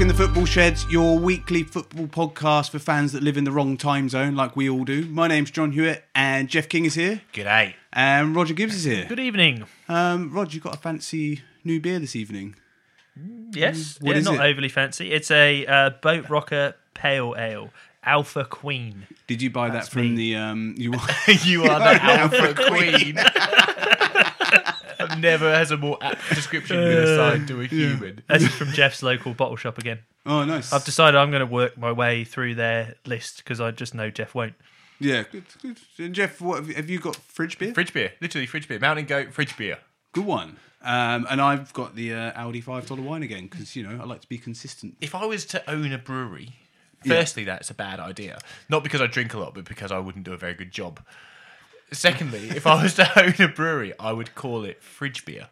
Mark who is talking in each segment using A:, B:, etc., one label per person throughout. A: in the Football Sheds, your weekly football podcast for fans that live in the wrong time zone, like we all do. My name's John Hewitt, and Jeff King is here,
B: G'day.
A: and Roger Gibbs is here.
B: Good evening.
A: Um, Rod, you got a fancy new beer this evening.
C: Mm,
B: Yes,
A: What
B: yeah,
A: is
B: not
A: it?
B: overly fancy. It's a uh, boat rocker pale ale, Alpha Queen.
A: Did you buy that from the? Um, you
B: you are the
C: Alpha Queen. Never has a more apt description been
B: Uh,
C: assigned to a human.
B: That's from Jeff's local bottle shop again.
A: oh, nice.
B: I've decided I'm going to work my way through their list because I just know Jeff won't.
A: yeah, good, good. And Jeff, what have you, have you got? Fridge beer,
C: Fridge beer, literally fridge beer. Mountain goat fridge beer.
A: good one. Um, and I've got the uh, Aldi five dollar wine again because you know I like to be consistent.
C: If I was to own a brewery, firstly, that's a bad idea. Not because I drink a lot, but because I wouldn't do a very good job. Secondly, if I was to own a brewery, I would call it fridge beer.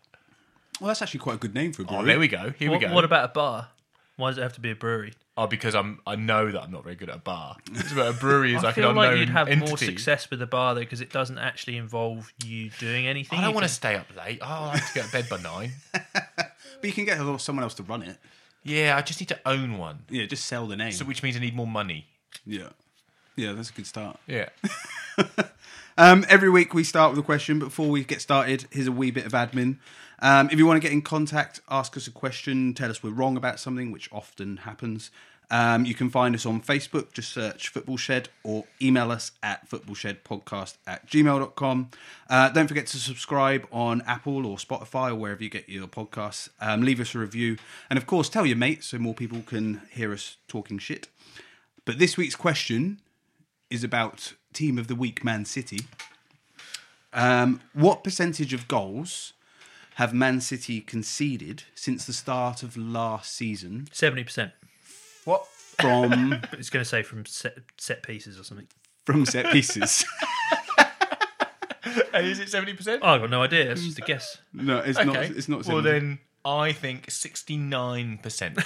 A: Well, that's actually quite a good name for a brewery.
C: Oh, there we go. Here
B: What,
C: we go.
B: what about a bar? Why does it have to be a brewery?
C: oh, because I'm. I know that I'm not very good at a bar. It's about a brewery is
B: I
C: like an
B: feel
C: unknown
B: like you'd have
C: entity.
B: more success with a bar though because it doesn't actually involve you doing anything.
C: I
B: You
C: don't want to
B: can-
C: stay up late. Oh, I like to get to bed by nine.
A: But you can get someone else to run it.
C: Yeah, I just need to own one.
A: Yeah, just sell the name.
C: So which means I need more money.
A: yeah, yeah, that's a good start.
C: Yeah.
A: Um, every week we start with a question. but Before we get started, here's a wee bit of admin. Um, if you want to get in contact, ask us a question, tell us we're wrong about something, which often happens. Um, you can find us on Facebook, just search Football Shed or email us at footballshedpodcast at gmail.com. Uh, don't forget to subscribe on Apple or Spotify or wherever you get your podcasts. Um, leave us a review. And of course, tell your mates so more people can hear us talking shit. But this week's question is about team of the week, Man City. Um, what percentage of goals have Man City conceded since the start of last season?
B: Seventy percent.
C: What?
A: From
B: It's going to say from set, set pieces or something.
A: from set pieces?
C: Is it seventy percent?
B: Oh, I got no idea. That's
C: Mm.
B: just a guess.
A: No, it's not. It's not.
C: Well
A: 70.
C: then, I think sixty-nine percent.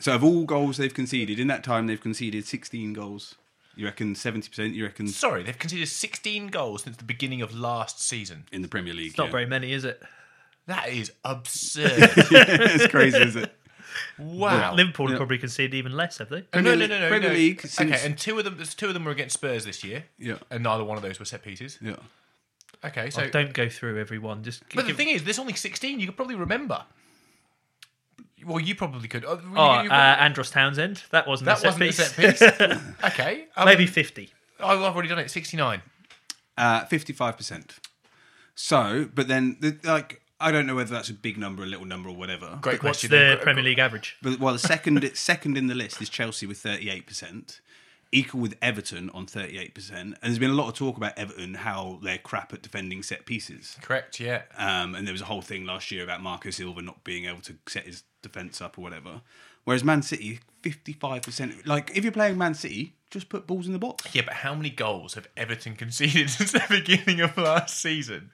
A: So of all goals they've conceded in that time, they've conceded 16 goals. You reckon 70? percent You reckon
C: Sorry, they've conceded sixteen goals since the beginning of last season.
A: in the Premier League?
B: Not
A: yeah.
B: very many, is it?
C: That is absurd.
A: it's crazy, is it?
C: wow.
B: Liverpool have probably conceded even less, have they?
C: no, no, no, no.
A: Premier
C: no.
A: League since-
C: Okay, and two of them. There's two of them were against Spurs this year.
A: Yeah.
C: And neither one of those were set pieces.
A: Yeah.
C: Okay, so.
B: Don't go through every one. Just
C: but the
B: give-
C: thing is, there's only sixteen. You could probably remember. Well, you probably could. Oh, you-
B: oh,
C: you-
B: uh, Andros Townsend. That wasn't a
C: that
B: set
C: wasn't
B: piece.
C: a set piece. okay. um,
B: Maybe fifty.
C: Oh, I've already done it. Sixty-nine.
A: Uh, 55%. So, but then, the, like, I don't know whether that's a big number, a little number, or whatever.
C: Great
B: What's
C: question.
B: the
C: Gr-
B: Premier League average?
A: But well, the second second in the list is Chelsea with thirty eight percent, equal with Everton on thirty eight percent. And there's been a lot of talk about Everton how they're crap at defending set pieces.
C: Correct. Yeah.
A: Um, and there was a whole thing last year about Marco Silva not being able to set his defence up or whatever. Whereas Man City, fifty five percent. Like if you're playing Man City, just put balls in the box.
C: Yeah, but how many goals have Everton conceded since the beginning of last season?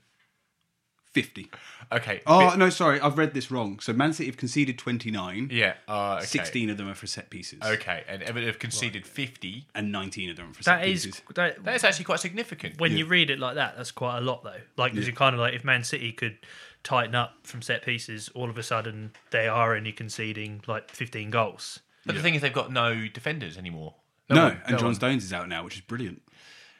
A: Fifty.
C: Okay.
A: Oh
C: bit-
A: no, sorry, I've read this wrong. So Man City have conceded twenty nine.
C: yeah. Uh, okay.
A: 16 of them are for set pieces
C: Okay, and Everton have conceded fifty.
A: and 19 of them are for set
B: That
A: pieces.
B: is that,
C: That's actually quite significant.
B: when you read it like that. That's quite a lot, though. Like 'cause you're kind of like if Man City could tighten up from set pieces, all of a sudden they are only conceding like fifteen goals.
C: but the thing is, they've got no defenders anymore.
A: No,
C: one-
A: and John
C: one.
A: Stones is out now, which is brilliant.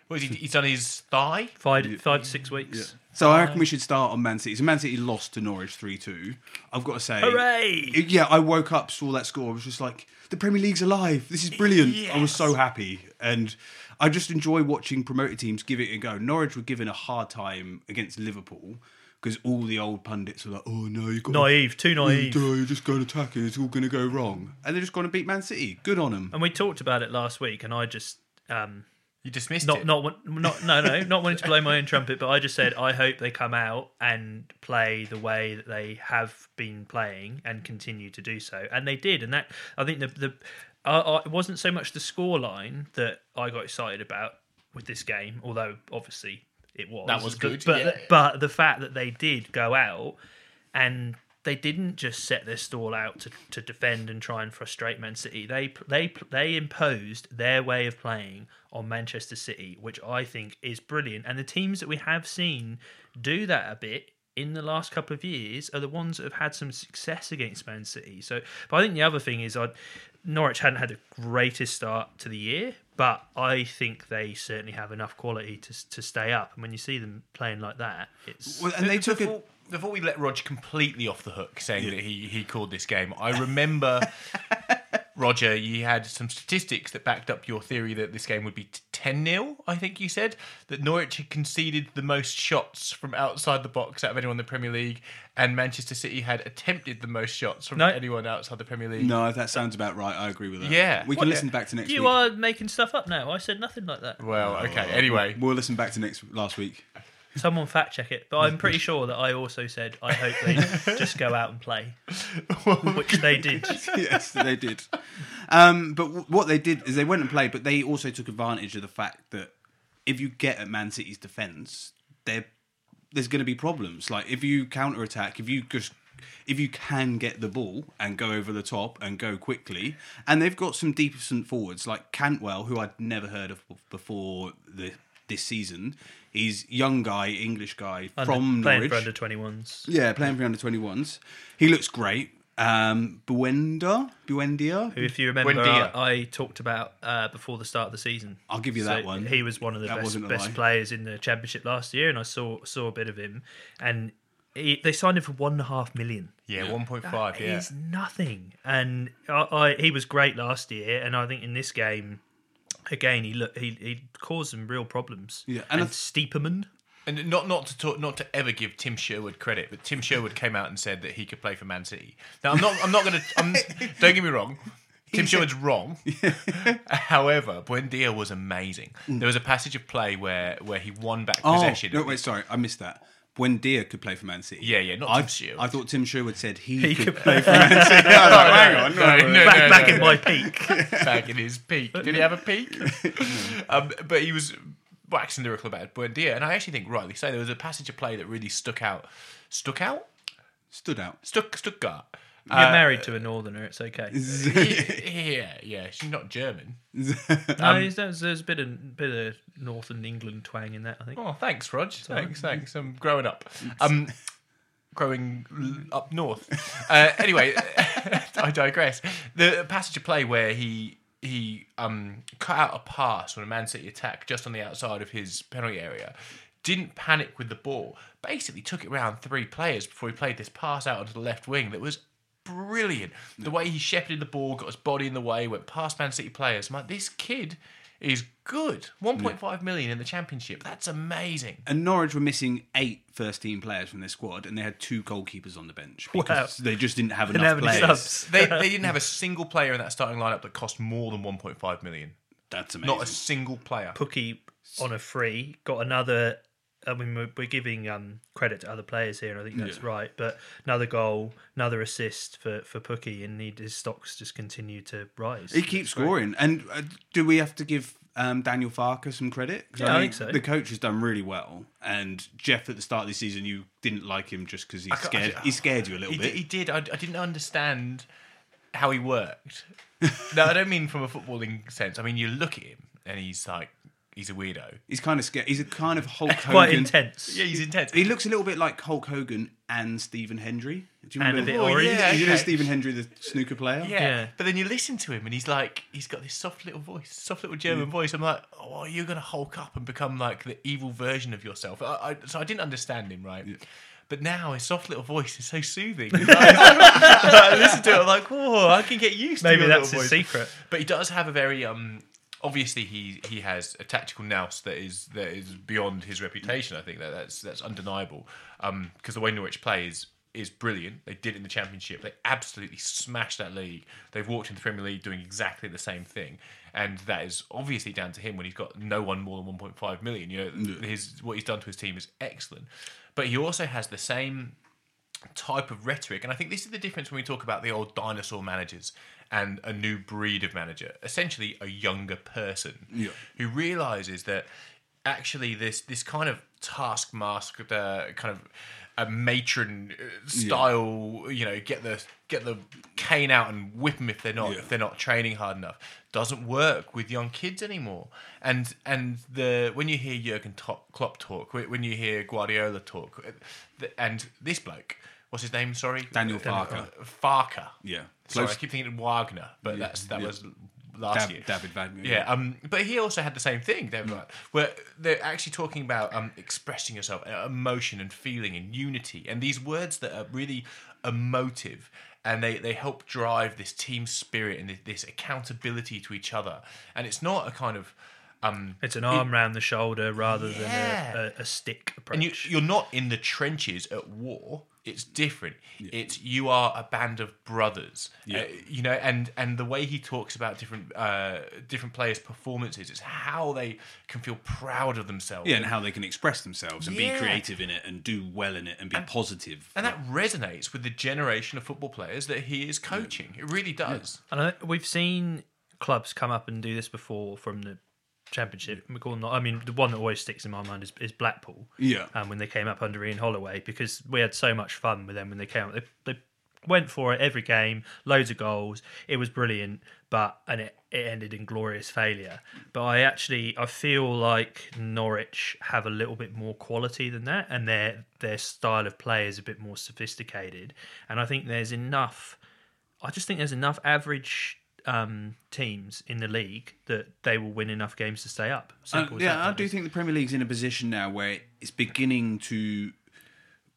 C: What is he, he's done his thigh.
B: Five, five to six weeks.
A: So I reckon we should start on Man City. So Man City lost to Norwich 3 2. I've got to say.
B: Hooray!
A: Yeah, I woke up, saw that score. I was just like, the Premier League's alive. This is brilliant. I was so happy. And I just enjoy watching promoted teams give it a go. Norwich were given a hard time against Liverpool because all the old pundits were like, oh no, you've got to
B: Naive, too naive.
C: Mm.
A: die. You're just going to attack it. It's all going to go wrong. And they're just going to beat Man City. Good on them.
B: And we talked about it last week, and I just um,
C: You dismissed
B: not
C: it.
B: not want- not no no not wanting to blow my own trumpet, but I just said I hope they come out and play the way that they have been playing and continue to do so, and they did, and that I think the the I I it wasn't so much the scoreline that I got excited about with this game, although obviously it was
C: That was
B: but-
C: good,
B: but
C: yeah.
B: but the fact that they did go out and they didn't just set their stall out to, to defend and try and frustrate Man City. They they they imposed their way of playing on Manchester City, which I think is brilliant. And the teams that we have seen do that a bit in the last couple of years are the ones that have had some success against Man City. So, but I think the other thing is, I Norwich hadn't had the greatest start to the year, but I think they certainly have enough quality to to stay up. And when you see them playing like that, it's
A: Well, and they took
C: before,
A: it.
C: before we let Rog completely off the hook, saying that he he called this game. I remember, Roger, you had some statistics that backed up your theory that this game would be ten 0 I think you said that Norwich had conceded the most shots from outside the box out of anyone in the Premier League, and Manchester City had attempted the most shots from
B: No.
C: anyone outside the Premier League.
A: No, that sounds about right. I agree with that.
C: Yeah.
A: we can
C: What-
A: listen back to next
B: you
A: week.
B: are making stuff up now. I said nothing like that.
C: Well, okay. Anyway,
A: We'll listen back to next last week.
B: Someone fact check it, but I'm pretty sure that I also said I hope they just go out and play, which they did.
A: yes, they did. Um, but w- what they did is they went and played, but they also took advantage of the fact that if you get at Man City's defence, they're there's going to be problems. Like if you counter attack, if you just if you can get the ball and go over the top and go quickly, and they've got some decent forwards like Cantwell, who I'd never heard of before the this season. He's young guy, English guy from
B: playing
A: Norwich.
B: for under 21s.
A: Yeah, playing for under 21s. He looks great. Um, Buenda? Buendia?
B: Who, if you remember,
C: Buendia.
B: I, I talked about uh, before the start of the season.
A: I'll give you that one.
B: He was one of the
A: That
B: best,
A: wasn't a
B: best
A: lie.
B: players in the championship last year, and I saw saw a bit of him. And he, they signed him for one and a half million.
C: yeah, one point five. Yeah,
B: He's nothing, and I, I, he was great last year, and I think in this game. Again, he look he, he caused some real problems.
A: Yeah, and
B: and,
A: I
B: and Steeperman.
C: And not not to talk, not to ever give Tim Sherwood credit, but Tim Sherwood came out and said that he could play for Man City. Now I'm not I'm not going to don't get me wrong. Tim Sherwood's wrong. However, Buendia was amazing. There was a passage of play where where he won back
A: Mm. Oh,
C: possession.
A: no, wait, sorry. I missed that. Buendia could play for Man City.
C: Yeah, yeah, not
A: I,
C: Tim Sherwood.
A: I thought Tim Sherwood said he,
B: He
A: could,
B: could
A: play for Man City. I was like, hang on.
C: Oh, no, no,
B: back,
C: no,
B: back
C: no,
B: at my peak.
A: Uh,
C: back in his peak. Did he have a peak? um, but he was waxing lyrical about Buendia, and I actually think rightly so. There was a passage of play that really stuck out, stuck out,
A: Stood out.
C: stuck Stuttgart.
B: You're married to a northerner. It's okay.
C: yeah, yeah, she's not German.
B: No,
A: um,
B: there's, there's, there's a bit of bit of Northern England twang in that. I think.
C: Oh, thanks, Rog. Thanks, thanks. I'm growing up. Um, growing l- up north. Uh, anyway, I digress. The passage of play where he he um, cut out a pass on a Man City attack just on the outside of his penalty area. Didn't panic with the ball. Basically, took it round three players before he played this pass out onto the left wing that was brilliant. The way he shepherded the ball, got his body in the way, went past Man City players. I'm like, this kid is good. 1.5 million in the championship. That's amazing.
A: And Norwich were missing eight first team players from their squad, and they had two goalkeepers on the bench because they just didn't have enough
B: have any
A: players.
B: subs.
C: They, they didn't have a single player in that starting lineup that cost more than 1.5 million.
A: That's amazing.
C: Not a single player.
B: Pookie on a free got another. I mean, we're, we're giving um, credit to other players here, and I think that's right. But another goal, another assist for for Pookie, and he, his stocks just continue to rise.
A: He keeps scoring. And uh, do we have to give um, Daniel Farker some credit? 'Cause
B: Yeah, I think so.
A: The coach has done really well. And Jeff, at the start of the season, you didn't like him just because he
C: can't-
A: scared
C: I-
A: he scared you a little
C: He,
A: bit.
C: did, he did. I, I didn't understand how he worked. no, I don't mean from a footballing sense. I mean, you look at him and he's like, he's a weirdo.
A: he's kind of scared. He's a kind of Hulk Hogan.
B: quite intense.
C: Yeah, he's intense.
A: He looks a little bit like Hulk Hogan and Stephen Hendry. Do you
B: And a
A: remember?
B: bit
A: Oh,
B: orange.
A: yeah, You know
C: okay.
A: Stephen Hendry, the snooker player.
C: Yeah.
B: Yeah.
C: But then you listen to him and he's like, he's got this soft little voice, soft little German
B: Mm.
C: voice. I'm like, oh, you're going to hulk up and become like the evil version of yourself. I, I, so I didn't understand him, right? But now his soft little voice is so soothing. I listen to it, I'm like, whoa, I can get used to
B: Maybe
C: your
B: that's
C: little
B: his
C: voice.
B: secret.
C: But he does have a very um. Obviously, he he has a tactical nous that is that is beyond his reputation. I think that that's that's undeniable. Um, because the way Norwich play is is brilliant. They did it in the championship. They absolutely smashed that league. They've walked in the Premier League doing exactly the same thing, and that is obviously down to him when he's got no one more than one point five million. You know, his what he's done to his team is excellent. But he also has the same type of rhetoric. And I think this is the difference when we talk about the old dinosaur managers and a new breed of manager, essentially a younger person who realizes that actually this this kind of taskmaster kind of a matron uh, style. You know, get the get the cane out and whip them if they're not
A: Yeah.
C: if they're not training hard enough. Doesn't work with young kids anymore. And and the when you hear Jurgen Top, Klopp talk, wh- when you hear Guardiola talk, uh, th- and this bloke. What's his name? Sorry, Uh,
A: Daniel Farker.
C: Farker.
A: Yeah.
C: Sorry, I
A: Close.
C: keep thinking Wagner, but that's that
A: yeah.
C: was last
A: Dab-
C: year.
A: David Wagner,
C: Yeah. Um. But he also had the same thing, David Wagner, where they're actually talking about um expressing yourself, uh, emotion and feeling and unity, and these words that are really emotive. And they, they help drive this team spirit and thi- this accountability to each other. And it's not a kind of um,
B: It's an arm round the shoulder rather
C: Yeah.
B: than a, a, a stick approach.
C: and you, you're not in the trenches at war. It's different. It's you are a band of brothers.
A: Yeah.
C: Uh, you know, and and the way he talks about different uh, different players' performances, it's how they can feel proud of themselves.
A: Yeah, and how they can express themselves and
C: Yeah.
A: be creative in it and do well in it and be positive.
C: And that resonates with the generation of football players that he is coaching. It really does.
B: And I, we've seen clubs come up and do this before from the championship. We call them not- I mean, the one that always sticks in my mind is, is Blackpool.
A: Yeah.
B: Um, when they came up under Ian Holloway, because we had so much fun with them when they came up. They, they went for it every game, loads of goals. It was brilliant, but and it, it ended in glorious failure. But I actually I feel like Norwich have a little bit more quality than that, and their their style of play is a bit more sophisticated. And I think there's enough. I just think there's enough average um, teams in the league that they will win enough games to stay up.
A: Uh,
B: Simple as
A: yeah,
B: that.
A: I do think the Premier League's in a position now where it's beginning to.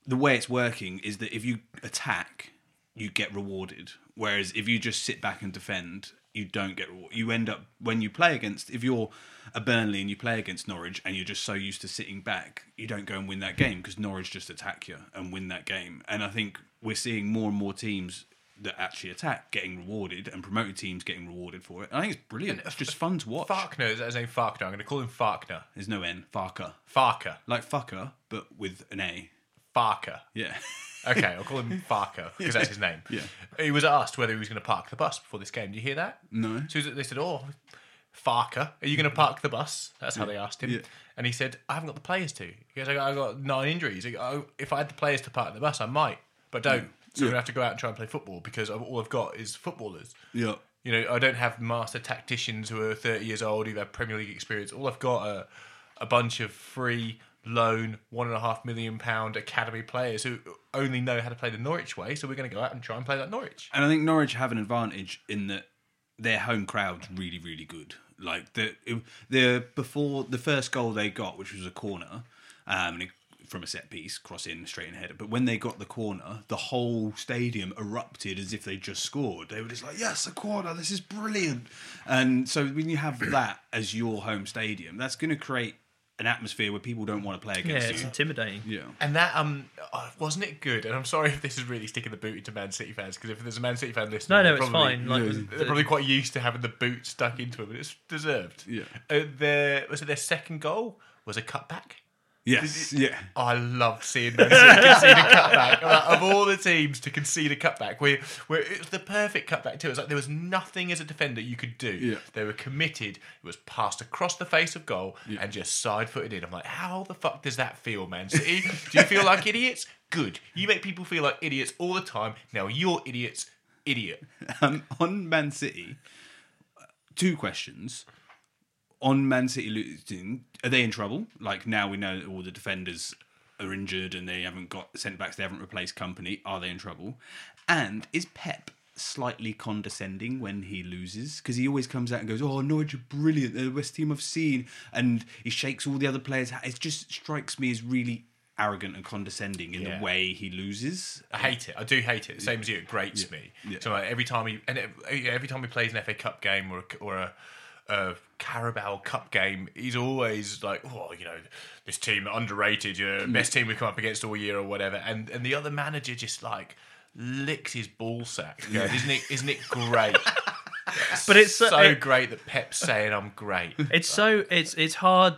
A: The way it's working is that if you attack, you get rewarded. Whereas if you just sit back and defend, you don't get rewarded. You end up, when you play against, if you're a Burnley and you play against Norwich and you're just so used to sitting back, you don't go and win that game because Norwich just attack you and win that game. And I think we're seeing more and more teams that actually attack getting rewarded and promoted teams getting rewarded for it. And I think it's brilliant. It's just fun to watch.
C: Farkner is that his name Farkner. I'm going to call him Farkner.
A: There's no N. Farker.
C: Farker.
A: Like fucker, but with an A.
C: Farker.
A: Yeah.
C: Okay, I'll call him Farker because that's his name.
A: Yeah.
C: He was asked whether he was going to park the bus before this game. Do you hear that?
A: No.
C: So they said, "Oh, Farker, are you going to park the bus?" That's how they asked him.
A: Yeah.
C: And he said, "I haven't got the players to." He goes, "I got, I got nine injuries. He go- oh, If I had the players to park the bus, I might, but don't. So I'm going to have to go out and try and play football because I've- all I've got is footballers."
A: Yeah.
C: You know, I don't have master tacticians who are 30 years old who've had Premier League experience. All I've got are a bunch of free loan, one and a half million pound academy players who only know how to play the Norwich way. So we're going to go out and try and play like Norwich.
A: And I think Norwich have an advantage in that their home crowd's really, really good. Like the it- the before the first goal they got, which was a corner, um, and it- from a set piece, cross in, straight in header. But when they got the corner, the whole stadium erupted as if they just scored. They were just like, "Yes, a corner! This is brilliant!" And so when you have that as your home stadium, that's going to create an atmosphere where people don't want to play
B: yeah,
A: against
B: it's
A: you.
B: intimidating.
A: Yeah.
C: And that um oh, wasn't it good? And I'm sorry if this is really sticking the boot into Man City fans because if there's a Man City fan listening,
B: No, no,
C: they're
B: it's
C: probably-
B: fine. Like,
A: Yeah.
C: They're probably quite used to having the boot stuck into them, and it's deserved.
A: Yeah.
C: Uh, their was it their second goal was a cutback.
A: Yes. Yeah.
C: I love seeing Man City concede a cutback. Like, of all the teams to concede a cutback, where where it was the perfect cutback too. It's like there was nothing as a defender you could do.
A: Yeah.
C: They were committed. It was passed across the face of goal and just side footed in. I'm like, how the fuck does that feel, Man City? do you feel like idiots? Good. You make people feel like idiots all the time. Now you're idiots. Idiot.
A: Um, on Man City, two questions. On Man City losing, are they in trouble? Like now we know that all the defenders are injured and they haven't got centre backs, they haven't replaced company. Are they in trouble? And is Pep slightly condescending when he loses? Because he always comes out and goes, Oh, Norwich are brilliant. They're the best team I've seen. And he shakes all the other players. It just strikes me as really arrogant and condescending in
C: Yeah.
A: the way he loses.
C: I hate it. I do hate it. Same as you, it grates me. So like, every time he and it, every time he plays an FA Cup game or a, or a, a Carabao Cup game, he's always like, "Oh, you know, this team are underrated. You know, best team we've come up against all year or whatever." And and the other manager just like licks his ball sack. and goes, Isn't it? Isn't it great?
B: But it's
C: so
B: so it,
C: great that Pep's saying I'm great.
B: it's so it's it's hard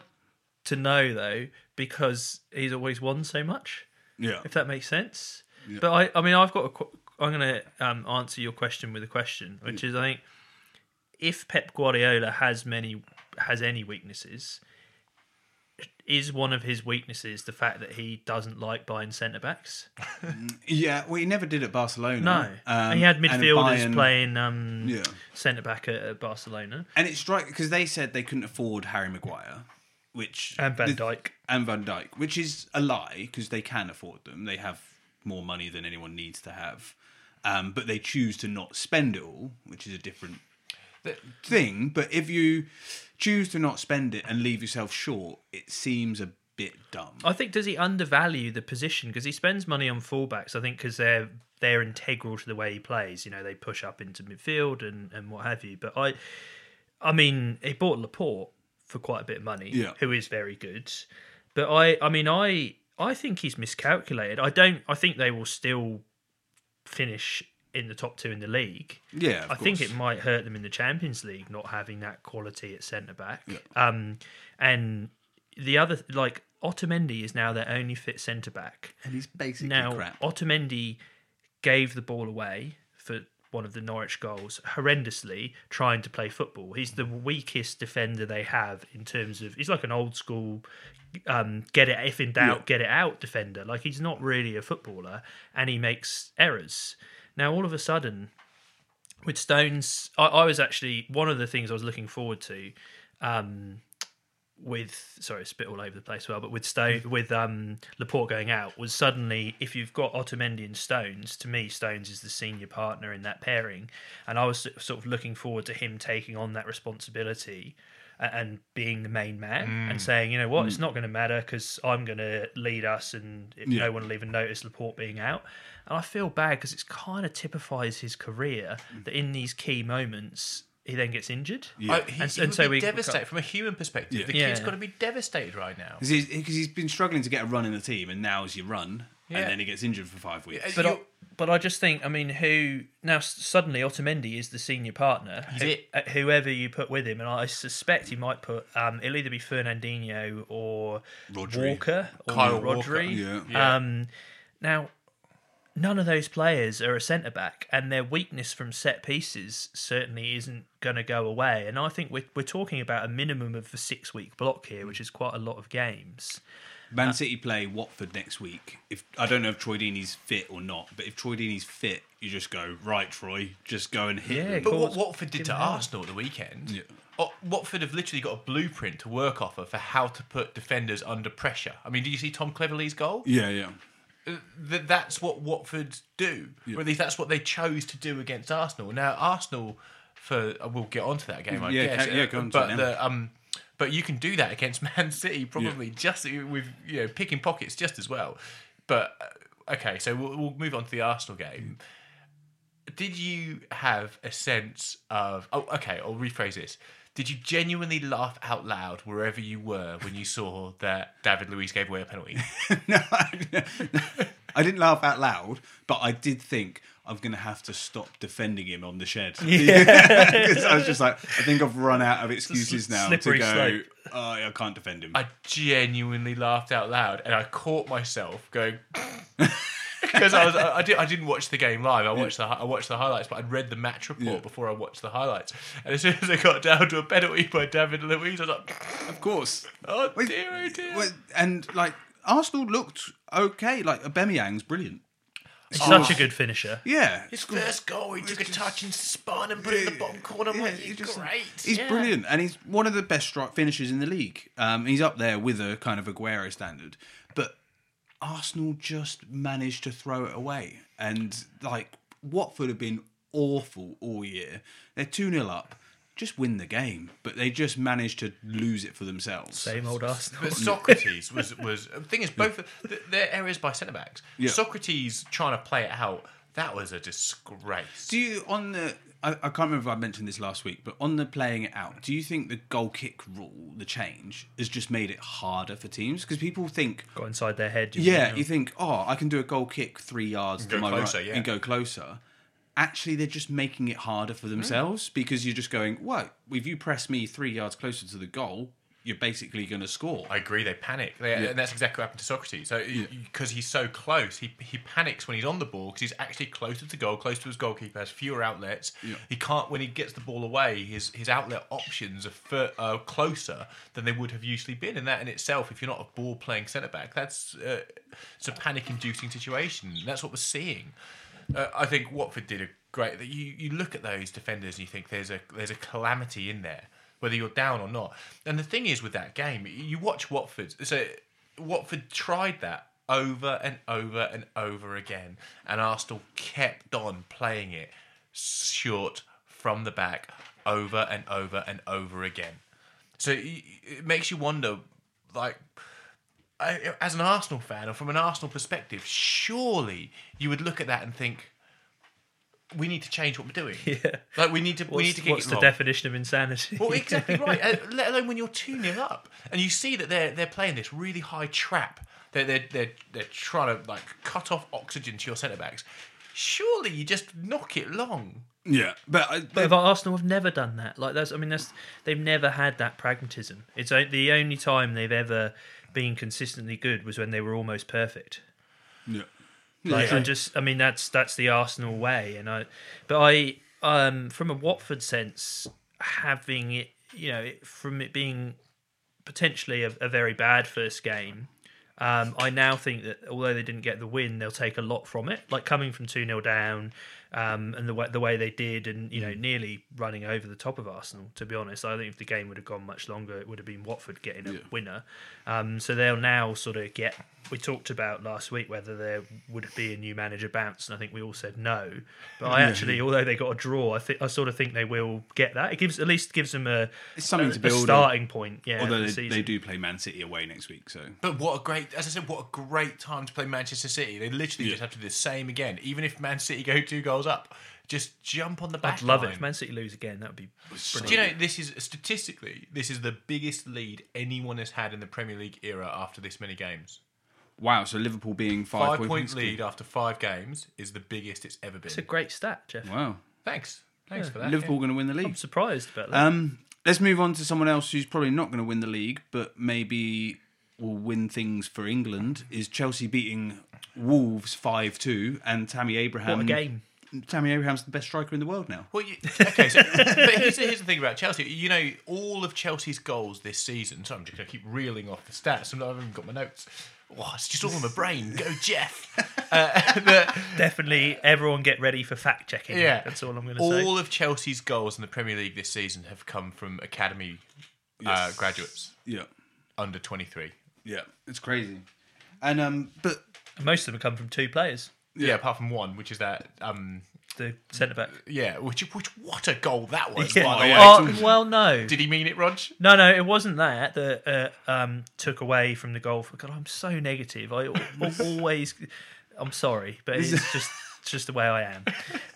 B: to know though because he's always won so much.
A: Yeah.
B: If that makes sense. But I I mean I've got a qu- I'm going to um, answer your question with a question, which is I think if Pep Guardiola has many has any weaknesses, is one of his weaknesses the fact that he doesn't like buying centre backs?
A: Yeah, well, he never did at Barcelona.
B: No,
A: Um,
B: and he had
A: and
B: midfielders
A: Bayern-
B: playing um,
A: Yeah.
B: centre back at, at Barcelona
A: And it's right because they said they couldn't afford Harry Maguire, which
B: and Van
A: the-
B: Dijk.
A: and Van Dyke, which is a lie because they can afford them. They have more money than anyone needs to have, um, but they choose to not spend it all, which is a different
C: The-
A: thing. But if you choose to not spend it and leave yourself short, it seems a bit dumb.
B: I think does he undervalue the position because he spends money on fullbacks? I think because they're they're integral to the way he plays. You know, they push up into midfield and and what have you. But I, I mean, he bought Laporte for quite a bit of money,
A: Yeah.
B: who is very good. But I, I mean, I I think he's miscalculated. I don't. I think they will still finish in the top two in the league.
A: yeah, of
B: I think
A: course.
B: it might hurt them in the Champions League not having that quality at centre back. Um, and the other like Otamendi is now their only fit centre back.
A: and he's basically
B: Now
A: crap.
B: Otamendi gave the ball away for one of the Norwich goals horrendously trying to play football. He's the weakest defender they have in terms of he's like an old school um, get it if in doubt, get it out defender. Like he's not really a footballer and he makes errors. Now all of a sudden with Stones, I, I was actually one of the things I was looking forward to. Um, with sorry, spit all over the place. Well, but with
A: Mm.
B: Stone, with um, Laporte going out, was suddenly if you've got Otamendi and Stones, to me Stones is the senior partner in that pairing, and I was so- sort of looking forward to him taking on that responsibility a- and being the main man
A: Mm.
B: and saying, you know what, it's not going to matter because I'm going to lead us, and it-
A: Yeah.
B: no one will even notice Laporte being out. And I feel bad because it kind of typifies his career that in these key moments he then gets injured.
A: Mm. Yeah.
C: I- he,
B: And-
C: he
B: and
C: would
B: so
C: be
B: we-
C: devastated from a human perspective.
A: Yeah.
C: The
B: Yeah.
C: kid's got to be devastated right now.
A: Because he's, 'cause he's been struggling to get a run in the team, and now is your run,
C: Yeah.
A: and then he gets injured for five weeks.
B: But I,
C: You-
B: but I just think I mean who now s- suddenly Otamendi is the senior partner.
C: He's
B: Who-
C: it.
B: uh, Whoever you put with him, and I suspect he might put um, it'll either be Fernandinho or
A: Rodri.
B: Walker or
C: Kyle
B: Rodri.
C: Walker,
A: yeah.
B: Um, now, none of those players are a centre back, and their weakness from set pieces certainly isn't going to go away. And I think we're we're talking about a minimum of a six week block here, which is quite a lot of games.
A: Man City play Watford next week. If I don't know if Troy Deeney's fit or not, but if Troy Deeney's fit, you just go right, Troy. Just go and hit.
B: Yeah,
A: them."
C: But what
B: Cause-
C: Watford did to
B: Given that.
C: Arsenal at the weekend, O- Watford have literally got a blueprint to work off of for how to put defenders under pressure. I mean, do you see Tom Cleverley's goal?
A: yeah, yeah.
C: Uh, th- That's what Watford do, or at least that's what they chose to do against Arsenal. Now, Arsenal, for uh, we'll get onto that game, I
A: Yeah,
C: guess.
A: ca- yeah,
C: uh,
A: go onto
C: but
A: it now.
C: the, um, but you can do that against Man City, probably just with you know picking pockets just as well. But uh, okay, so we'll, we'll move on to the Arsenal game
A: Mm.
C: did you have a sense of oh okay i'll rephrase this did you genuinely laugh out loud wherever you were when you saw that david luiz gave away a penalty
A: no, I, I didn't laugh out loud, but I did think I'm going to have to stop defending him on the shed. Yeah, because I was just like, I think I've run out of excuses now to
B: slippery
A: go.
B: slope.
A: Oh, I can't defend him.
C: i genuinely laughed out loud and i caught myself going because I was I, I, did, I didn't watch the game live I watched the hi- I watched the highlights but I'd read the match report
A: Yeah.
C: before I watched the highlights and as soon as I got down to a penalty by David Luiz I was like
A: of course.
C: oh
A: Well,
C: dear oh dear
A: well, and like Arsenal looked okay. Like Aubameyang's brilliant.
B: Such a good finisher.
A: Yeah,
C: his first goal he took a touch and spun and put it in the bottom corner I'm
A: Yeah,
C: like,
A: he just-
C: great
A: He's
C: Yeah.
A: brilliant, and he's one of the best strike finishers in the league. Um, he's up there with a kind of Aguero standard, but Arsenal just managed to throw it away, and like Watford have been awful all year. They're two 0 up, just win the game, but they just managed to lose it for themselves.
B: Same old Arsenal.
C: But Socrates was was the thing is both th- their areas by centre backs. Socrates trying to play it out. That was a disgrace.
A: Do you on the? I, I can't remember if I mentioned this last week, but on the playing it out, do you think the goal kick rule, the change, has just made it harder for teams because people think
B: Got inside their head. didn't
A: Yeah,
B: it?
A: you think, oh, I can do a goal kick three yards to
C: go
A: my
C: closer,
A: right
C: yeah.
A: and go closer. Actually, they're just making it harder for themselves because you're just going, well, if you press me three yards closer to the goal, you're basically going to score.
C: I agree. They panic, they, and that's exactly what happened to Socrates. So because he's so close, he he panics when he's on the ball because he's actually closer to goal, close to his goalkeeper, has fewer outlets. He can't when he gets the ball away. His his outlet options are, fur, are closer than they would have usually been, and that in itself, if you're not a ball playing centre back, that's uh, it's a panic inducing situation. That's what we're seeing. Uh, I think Watford did a great. That you you look at those defenders and you think there's a there's a calamity in there, whether you're down or not. And the thing is with that game, you watch Watford. So Watford tried that over and over and over again, and Arsenal kept on playing it short from the back over and over and over again. So it it makes you wonder, like, I- as an Arsenal fan or from an Arsenal perspective, surely you would look at that and think, we need to change what we're doing.
B: Yeah.
C: Like we need to we
B: What's-
C: need to get
B: what's
C: it
B: the
C: wrong.
B: definition of insanity?
C: Well, exactly right. Uh, let alone when you're two 0 up, and you see that they're they're playing this really high trap. They're they're they're, they're trying to like cut off oxygen to your centre backs. Surely you just knock it long.
A: Yeah, but, I,
B: But if Arsenal have never done that. Like that's, I mean, that's they've never had that pragmatism. It's o- the only time they've ever been consistently good was when they were almost perfect.
A: yeah.
B: Like I just, I mean, that's that's the Arsenal way. And I, but I, um, from a Watford sense, having it, you know, it, from it being potentially a, a very bad first game. Um, I now think that although they didn't get the win, they'll take a lot from it. Like coming from two 0 down, um, and the way the way they did, and you know,
A: Mm.
B: nearly running over the top of Arsenal. To be honest, I think if the game would have gone much longer, it would have been Watford getting a winner. Um, so they'll now sort of get. We talked about last week whether there would be a new manager bounce, and I think we all said no. But I actually, although they got a draw, I think I sort of think they will get that. It gives at least gives them a
A: It's something
B: a-
A: to
B: a
A: build on.
B: starting point. Yeah, for
A: Although
B: the
A: they,
B: season.
A: they do play Man City away next week, so
C: But what a great, as I said, what a great time to play Manchester City. They literally just have to do the same again. Even if Man City go two goals up, just jump on the back.
B: I'd love it
C: line.
B: if Man City lose again. That would be
C: Do you know this is statistically this is the biggest lead anyone has had in the Premier League era after this many games.
A: wow. So Liverpool being
C: Five
A: five,
C: point,
A: points
C: lead after five games is the biggest it's ever been.
B: it's a great stat, Jeff.
A: Wow,
C: Thanks, thanks for that.
A: Liverpool going to win the
B: I'm
A: league.
B: surprised about that.
A: Um, let's move on to someone else who's probably not going to win the league, but maybe will win things for England. Is Chelsea beating Wolves five two and Tammy Abraham?
B: what a game!
A: Tammy Abraham's the best striker in the world now.
C: Well, you, okay, so, but here's, the- here's the thing about Chelsea. You know, all of Chelsea's goals this season. So I'm just going to keep reeling off the stats. and I haven't got my notes. Oh, it's just all in my brain. Go, Jeff. Uh, the-
B: Definitely, everyone get ready for fact checking.
C: yeah,
B: that's all I'm going to say.
C: All of Chelsea's goals in the Premier League this season have come from academy uh, graduates
A: Yeah,
C: under 23.
A: yeah, it's crazy. And um, but
B: Most of them come from two players.
C: Yeah. apart from one, which is that. Um,
B: The centre back.
C: yeah, which, which what a goal that was!
B: Yeah.
C: By the way,
B: Oh, well, no,
C: did he mean it, Rog?
B: no, no. It wasn't that that uh, um, took away from the goal. For God, I'm so negative. I al- always. I'm sorry, but it's just it's just the way I am.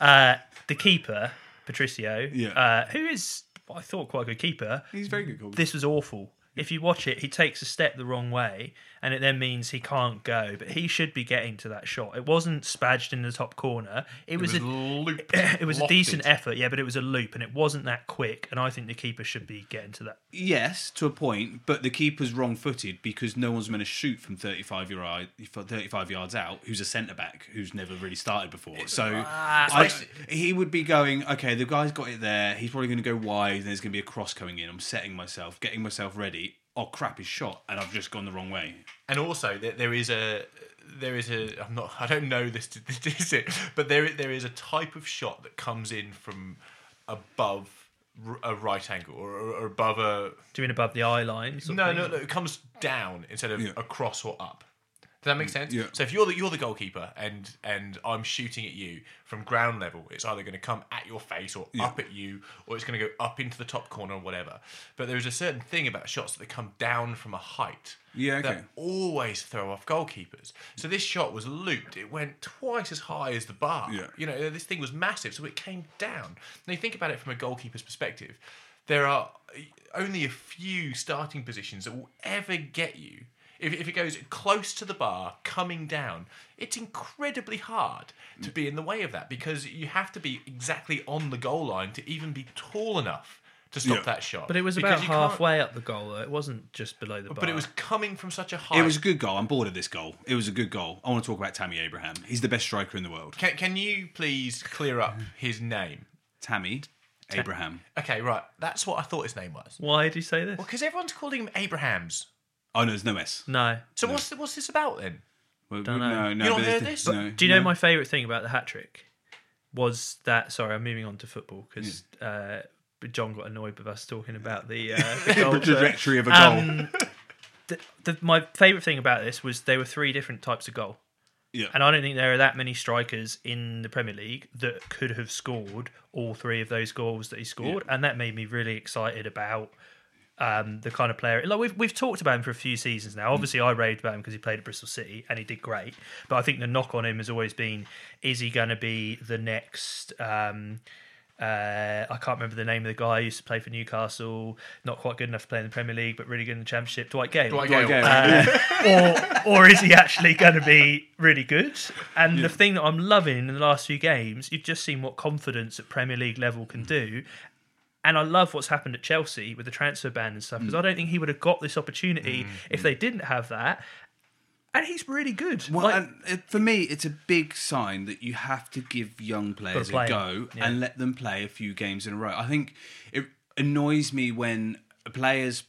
B: Uh, the keeper, Patricio,
A: Yeah.
B: uh, who is I thought quite a good keeper.
A: he's very good.
B: this was awful. If you watch it, he takes a step the wrong way, and it then means he can't go. But he should be getting to that shot. It wasn't spadged in the top corner. It was,
C: was
B: a
C: looped,
B: it was a
C: lofted.
B: decent effort, yeah, but it was a loop, and it wasn't that quick. And I think the keeper should be getting to that.
A: Yes, to a point, but the keeper's wrong-footed because no one's meant to shoot from 35 yard, 35 yards out. Who's a centre back who's never really started before? So I, he would be going, okay, the guy's got it there. He's probably going to go wide, and there's going to be a cross coming in. I'm setting myself, getting myself ready. Oh crap, his shot, and I've just gone the wrong way.
C: and also there, there is a there is a I'm not I don't know this is it but there there is a type of shot that comes in from above r- a right angle or, or above a
B: Doing above the eye line. sort of
C: no
B: thing.
C: no no it comes down instead of
A: Yeah.
C: across or up. Does that make sense?
A: yeah.
C: So if you're the you're the goalkeeper and and I'm shooting at you from ground level, it's either going to come at your face or up at you, or it's going to go up into the top corner or whatever. But there is a certain thing about shots that come down from a height
A: Yeah, okay.
C: that always throw off goalkeepers. So this shot was looped. It went twice as high as the bar.
A: Yeah.
C: You know, this thing was massive, so it came down. Now you think about it from a goalkeeper's perspective. There are only a few starting positions that will ever get you. If, if it goes close to the bar, coming down, it's incredibly hard to be in the way of that because you have to be exactly on the goal line to even be tall enough to stop
A: Yeah.
C: that shot.
B: But it was
C: Because
B: about
C: you can't-
B: halfway up the goal. Though. It wasn't just below the bar.
C: But it was coming from such a high.
A: It was a good goal. I'm bored of this goal. It was a good goal. I want to talk about Tammy Abraham. He's the best striker in the world.
C: Can, can you please clear up his name?
A: Tammy Abraham.
C: Okay, right. That's what I thought his name was.
B: Why do you say this?
C: Because everyone's calling him Abrahams.
A: Oh no, there's no S.
B: No.
C: So what's what's this about then?
A: Well,
B: know.
A: No, no,
C: You don't
A: but
C: hear
A: there's-
C: this?
A: no,
B: Do you know
A: no.
B: my favourite thing about the hat trick was that? Sorry, I'm moving on to football because uh, John got annoyed with us talking about the, uh, the goal.
A: trajectory of a goal?
B: Um, the, the, my favourite thing about this was there were three different types of goal,
A: yeah.
B: and I don't think there are that many strikers in the Premier League that could have scored all three of those goals that he scored, and that made me really excited about. Um, the kind of player like we've we've talked about him for a few seasons now. Obviously, I raved about him because he played at Bristol City and he did great. But I think the knock on him has always been: is he going to be the next? Um, uh, I can't remember the name of the guy who used to play for Newcastle. Not quite good enough to play in the Premier League, but really good in the Championship. Dwight Gale
C: Dwight
A: Dwight
C: Gale.
A: Gale.
B: or or is he actually going to be really good? And the thing that I'm loving in the last few games, you've just seen what confidence at Premier League level can do. And I love what's happened at Chelsea with the transfer ban and stuff because I don't think he would have got this opportunity
A: Mm,
B: if they didn't have that. And he's really good.
A: Well,
B: Like,
A: and it, for me, it's a big sign that you have to give young players
B: play
A: a go and let them play a few games in a row. I think it annoys me when players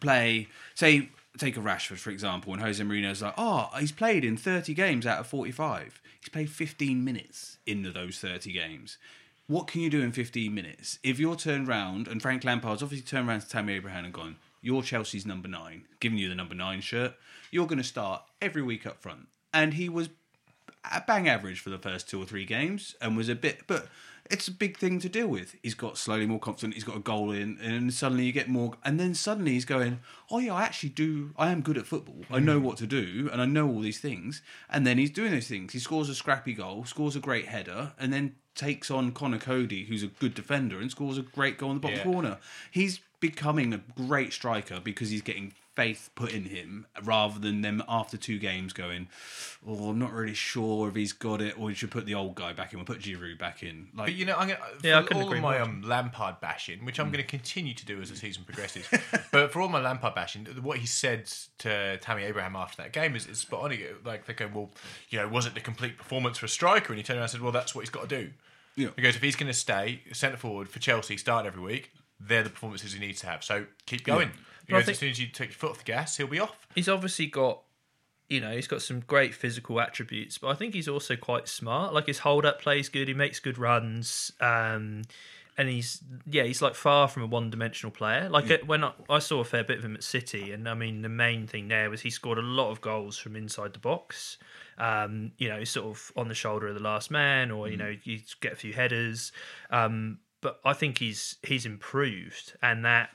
A: play, say, take a Rashford for example, and Jose Mourinho's like, "Oh, he's played in 30 games out of 45. He's played 15 minutes in those 30 games." What can you do in 15 minutes? If you're turned round and Frank Lampard's obviously turned round to Tammy Abraham and gone, you're Chelsea's number nine, giving you the number nine shirt. You're going to start every week up front. And he was a bang average for the first two or three games and was a bit, but it's a big thing to deal with. He's got slowly more confident, he's got a goal in, and suddenly you get more, and then suddenly he's going, Oh, yeah, I actually do, I am good at football. I know what to do, and I know all these things. And then he's doing those things. He scores a scrappy goal, scores a great header, and then takes on Connor Cody, who's a good defender, and scores a great goal in the bottom
C: Yeah.
A: corner. He's becoming a great striker because he's getting faith put in him rather than them after two games going, Oh, I'm not really sure if he's got it, or we should put the old guy back in, we'll put Giroud back in.
C: But
A: Like
C: you know, I'm gonna, for
B: Yeah, I couldn't
C: all
B: agree
C: of my
B: more. Hmm.
C: um, Lampard bashing, which I'm going to continue to do as the season progresses. but for all my Lampard bashing, what he said to Tammy Abraham after that game is, is spot on. He- Like they go, well, you know, was it the complete performance for a striker? And he turned around and said, well, that's what he's got to do.
A: Yeah.
C: He goes, if he's going to stay centre forward for Chelsea, starting every week, they're the performances he needs to have. So keep going. He
B: But I
C: goes,
B: think-
C: as soon as you take your foot off the gas, he'll be off.
B: he's obviously got you know he's got some great physical attributes but i think he's also quite smart like his hold up plays good he makes good runs um and he's yeah he's like far from a one dimensional player like uh, when I, I saw a fair bit of him at city and i mean the main thing there was he scored a lot of goals from inside the box um you know sort of on the shoulder of the last man or you know you get a few headers um but i think he's he's improved and that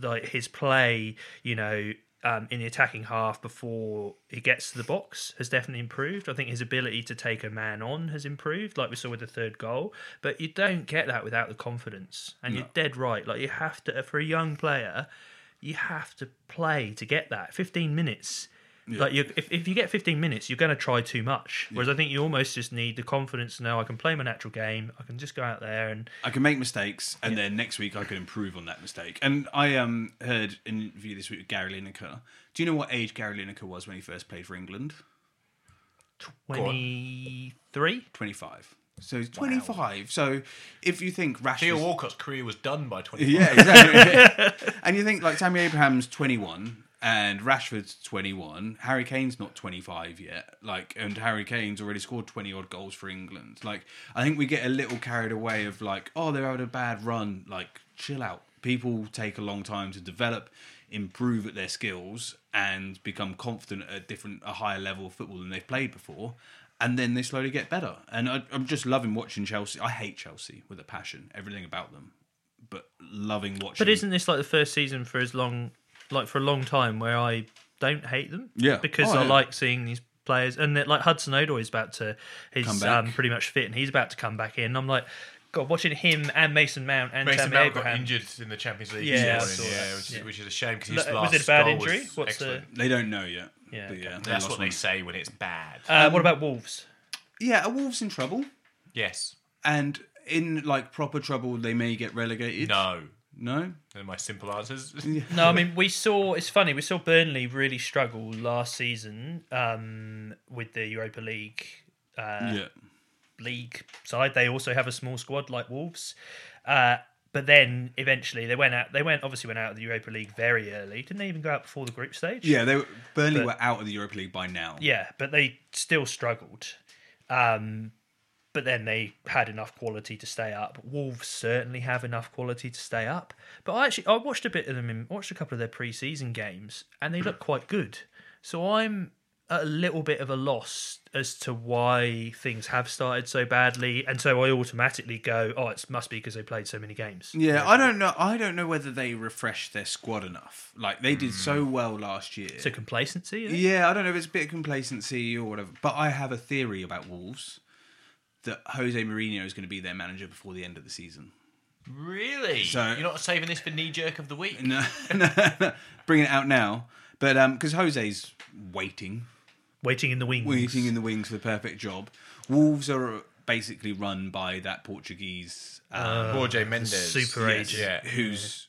B: like his play, you know, um, in the attacking half before he gets to the box has definitely improved. I think his ability to take a man on has improved, like we saw with the third goal. But you don't get that without the confidence, and you're dead right. Like you have to for a young player, you have to play to get that 15 minutes. Like you, if, if you get 15 minutes, you're going to try too much. Whereas I think you almost just need the confidence to know I can play my natural game. I can just go out there and
A: I can make mistakes, and then next week I can improve on that mistake. And I um heard an interview this week with Gary Lineker. Do you know what age Gary Lineker was when he first played for England?
B: 23.
A: 25. So he's 25. So if you think Rashford,
C: Theo Walcott's career was done by 20.
A: Yeah, exactly. and you think like Tammy Abraham's 21 and Rashford's 21, Harry Kane's not 25 yet. Like and Harry Kane's already scored 20 odd goals for England. Like I think we get a little carried away of like oh they're having a bad run, like chill out. People take a long time to develop, improve at their skills and become confident at a different a higher level of football than they've played before. And then they slowly get better. And I, I'm just loving watching Chelsea. I hate Chelsea with a passion, everything about them but loving watching.
B: But isn't this like the first season for as long, like for a long time, where I don't hate them?
A: Yeah.
B: because
A: Oh,
B: I
A: yeah.
B: like seeing these players, and that, like Hudson Odoi is about to, he's
A: back.
B: um, pretty much fit, and he's about to come back in. I'm like, God, watching him and Mason Mount and
C: Mason
B: Tammy
C: Mount got
B: Abraham.
C: injured in the Champions League.
B: Yeah,
C: this
B: I
C: morning,
B: saw
C: yeah,
B: that.
C: which, is,
B: Yeah.
C: which is a shame because
B: Was
C: his
B: it a
C: last
B: bad
C: goal
B: injury?
C: was
B: What's the-
C: excellent.
A: they don't know yet?
B: Yeah,
A: But yeah,
B: okay.
A: they
C: That's
A: lost
C: what they
A: one.
C: say when it's bad.
A: Um,
B: Uh, what about Wolves?
A: Yeah, are Wolves in trouble?
C: yes.
A: And in like proper trouble, they may get relegated.
C: No.
A: No?
C: They're my simple answers.
B: No, I mean we saw. It's funny. We saw Burnley really struggle last season um, with the Europa League uh,
A: yeah.
B: league side. They also have a small squad like Wolves. Uh, but then eventually they went out. They went obviously went out of the Europa League very early. Didn't they even go out before the group stage?
A: Yeah, they were, Burnley were out of the Europa League by now.
B: Yeah, but they still struggled. Um, but then they had enough quality to stay up. Wolves certainly have enough quality to stay up. But I actually I watched a bit of them in watched a couple of their preseason games and they look quite good. So I'm at a little bit of a loss as to why things have started so badly and so I automatically go, oh, it must be because they played so many games.
A: Yeah, I don't know. I don't know whether they refreshed their squad enough. Like they did so
C: Mm.
A: well last year.
B: So complacency? is it?
A: yeah, I don't know if it's a bit of complacency or whatever. But I have a theory about Wolves that Jose Mourinho is going to be their manager before the end of the season.
C: really?
A: So-
C: You're not saving this for knee jerk of the week?
A: No, no, no. bring it out now. But um, because Jose's waiting,
B: Waiting in the wings.
A: waiting in the wings for the perfect job. Wolves are basically run by that Portuguese um,
C: Jorge Mendes.
B: super
A: Yes,
B: agent.
C: Oh, Yeah.
A: who's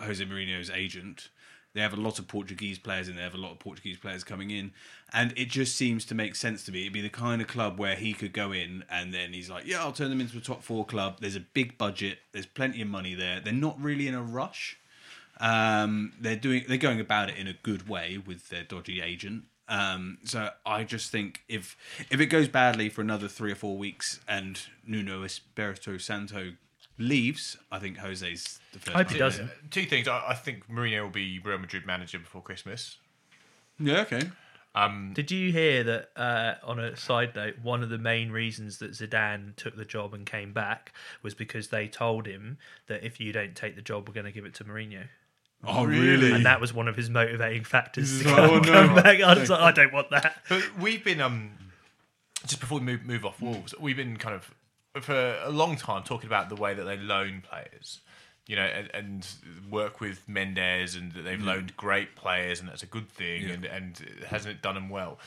A: Jose Mourinho's agent. They have a lot of Portuguese players and they have a lot of Portuguese players coming in. And it just seems to make sense to me. It'd be the kind of club where he could go in and then he's like, yeah, I'll turn them into a top four club. There's a big budget, there's plenty of money there. They're not really in a rush. Um, they're doing they're going about it in a good way with their dodgy agent. Um, so I just think if if it goes badly for another three or four weeks and Nuno Espirito Santo leaves, I think Jose's the first.
B: Hope he
A: man.
B: doesn't.
C: Two things. I, I think Mourinho will be Real Madrid manager before Christmas.
A: Yeah, okay.
B: Did you hear that? Uh, on a side note, one of the main reasons that Zidane took the job and came back was because they told him that if you don't take the job, we're going to give it to Mourinho,
A: Oh
C: really?
B: and that was one of his motivating factors to
A: Oh,
B: come,
A: no.
B: come back. I was like, I don't want that.
C: But we've been um just before we move move off Wolves, we've been kind of for a long time talking about the way that they loan players, you know, and, and work with Mendes, and that they've loaned great players, and that's a good thing, and and it hasn't done them well.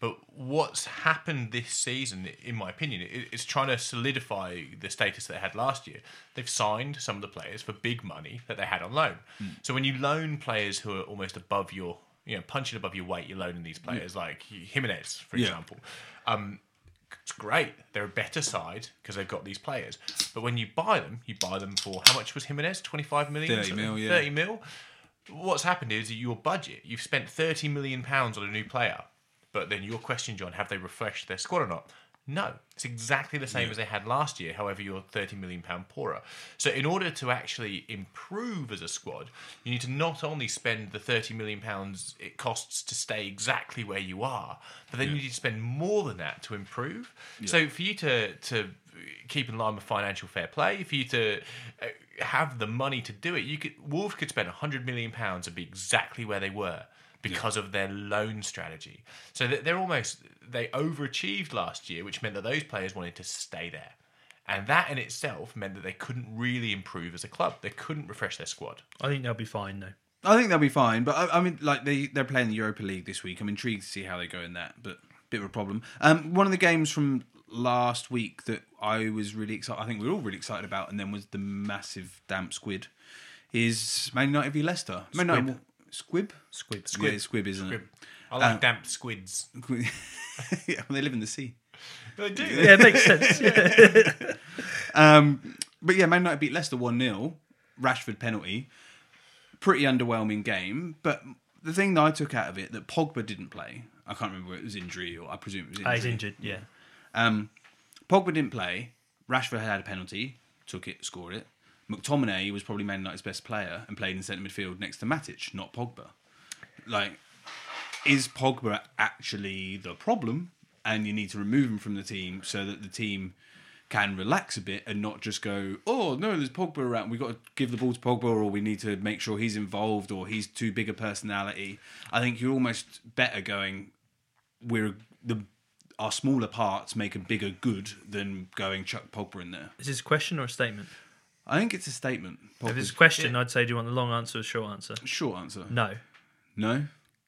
C: But what's happened this season, in my opinion, it, it's trying to solidify the status they had last year. They've signed some of the players for big money that they had on loan. So when you loan players who are almost above your, you know, punching above your weight, you're loaning these players like Jimenez, for
A: Yeah.
C: example. Um, it's great. They're a better side because they've got these players. But when you buy them, you buy them for how much was Jimenez? 25 million?
A: 30 mil,
C: something?
A: yeah.
C: 30 mil. What's happened is your budget, you've spent 30 million pounds on a new player. But then your question, John, have they refreshed their squad or not? No. It's exactly the same as they had last year. However, you're 30 million pound poorer. So in order to actually improve as a squad, you need to not only spend the 30 million pounds it costs to stay exactly where you are, but then you need to spend more than that to improve. So for you to to keep in line with financial fair play, for you to uh, have the money to do it, you could Wolves could spend 100 million pounds and be exactly where they were because of their loan strategy. So that they're almost they overachieved last year, which meant that those players wanted to stay there. And that in itself meant that they couldn't really improve as a club. They couldn't refresh their squad.
B: I think they'll be fine though.
A: I think they'll be fine, but I, I mean, like they they're playing the Europa League this week. I'm intrigued to see how they go in that, but bit of a problem. Um, one of the games from last week that I was really excited. I think we were all really excited about, and then was the massive damp squid. Is Man United v Leicester? Man United, squib,
B: Squib.
A: squib, yeah, squib, isn't
C: I like damp squids.
A: it? yeah, well, they live in the sea.
C: They do.
B: Yeah, it makes sense.
A: Um, but yeah, Man United beat Leicester 1 0. Rashford penalty. Pretty underwhelming game. But the thing that I took out of it that Pogba didn't play, I can't remember whether it was injury or I presume it was
B: Ah, he's
A: injury.
B: injured. Yeah.
A: Um, Pogba didn't play. Rashford had a penalty, took it, scored it. McTominay was probably Man United's best player and played in centre midfield next to Matic, not Pogba. Like, is Pogba actually the problem? And you need to remove him from the team so that the team can relax a bit and not just go, oh no, there's Pogba around. We've got to give the ball to Pogba, or we need to make sure he's involved, or he's too big a personality. I think you're almost better going, we're the our smaller parts make a bigger good than going Chuck Pogba in there.
B: Is this a question or a statement?
A: I think it's a statement.
B: If it's
A: Pogba's
B: a question, I'd say, do you want the long answer or short answer?
A: short answer.
B: No,
A: No.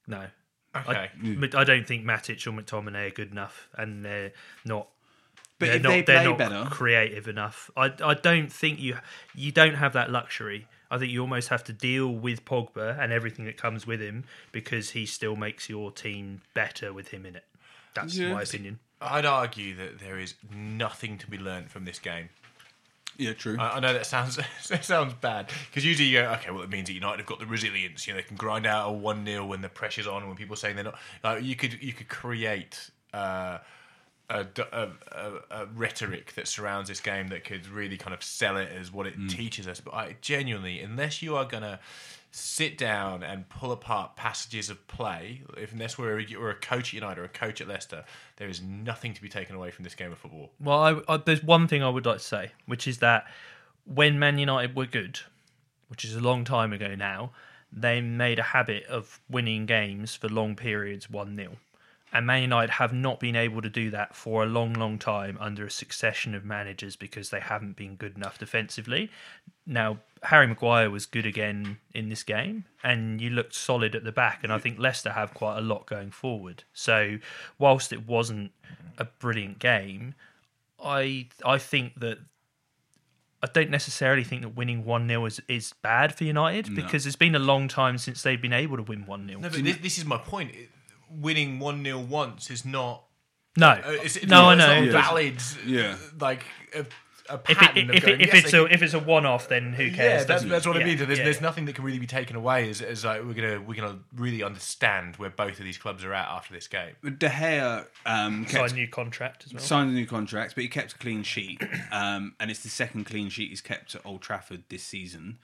B: no.
C: Okay.
B: But I don't think Matic or McTominay are good enough, and they're not
A: But
B: they're
A: if
B: not,
A: they
B: they're
A: play
B: not
A: better,
B: creative enough. I, I don't think you you don't have that luxury I think you almost have to deal with Pogba and everything that comes with him because he still makes your team better with him in it. That's
A: Yeah.
B: my opinion.
C: I'd argue that there is nothing to be learned from this game.
A: Yeah, true.
B: Uh,
C: I, I know that sounds that sounds bad because usually you go, okay, well it means that United have got the resilience. You know, they can grind out a one 0 when the pressure's on, when people are saying they're not. Like, you could you could create uh, a, d- a- a- a rhetoric that surrounds this game that could really kind of sell it as what it teaches us. But I genuinely, unless you are gonna sit down and pull apart passages of play, if unless we're a, we're a coach at United or a coach at Leicester, there is nothing to be taken away from this game of football.
B: Well, I, I, there's one thing I would like to say, which is that when Man United were good, which is a long time ago now, they made a habit of winning games for long periods 1 0. And Man United have not been able to do that for a long, long time under a succession of managers because they haven't been good enough defensively. Now, Harry Maguire was good again in this game, and you looked solid at the back. And I think Leicester have quite a lot going forward. So, whilst it wasn't a brilliant game, I I think that I don't necessarily think that winning one 0 is, is bad for United because it's been a long time since they've been able to win one 0
C: No, but this, this is my point. It- Winning one 0 once is not.
B: No,
C: Uh, it's, it's
B: no,
C: not,
B: I know.
C: it's not valid.
A: Yeah.
C: like a, a
B: If, it,
C: pattern
B: if,
C: of
B: if, it,
C: going,
B: if
C: yes,
B: it's
C: they
B: a
C: can-
B: if it's a one off, then who cares?
C: yeah, that's, that's what I
B: yeah,
C: mean. There's,
B: yeah,
C: there's
B: yeah.
C: nothing that can really be taken away. Is, is like we're gonna we're gonna really understand where both of these clubs are at after this game.
A: De Gea um,
B: Signed
A: kept,
B: a new contract as well.
A: signed a new contract, but he kept a clean sheet, um, and it's the second clean sheet he's kept at Old Trafford this season,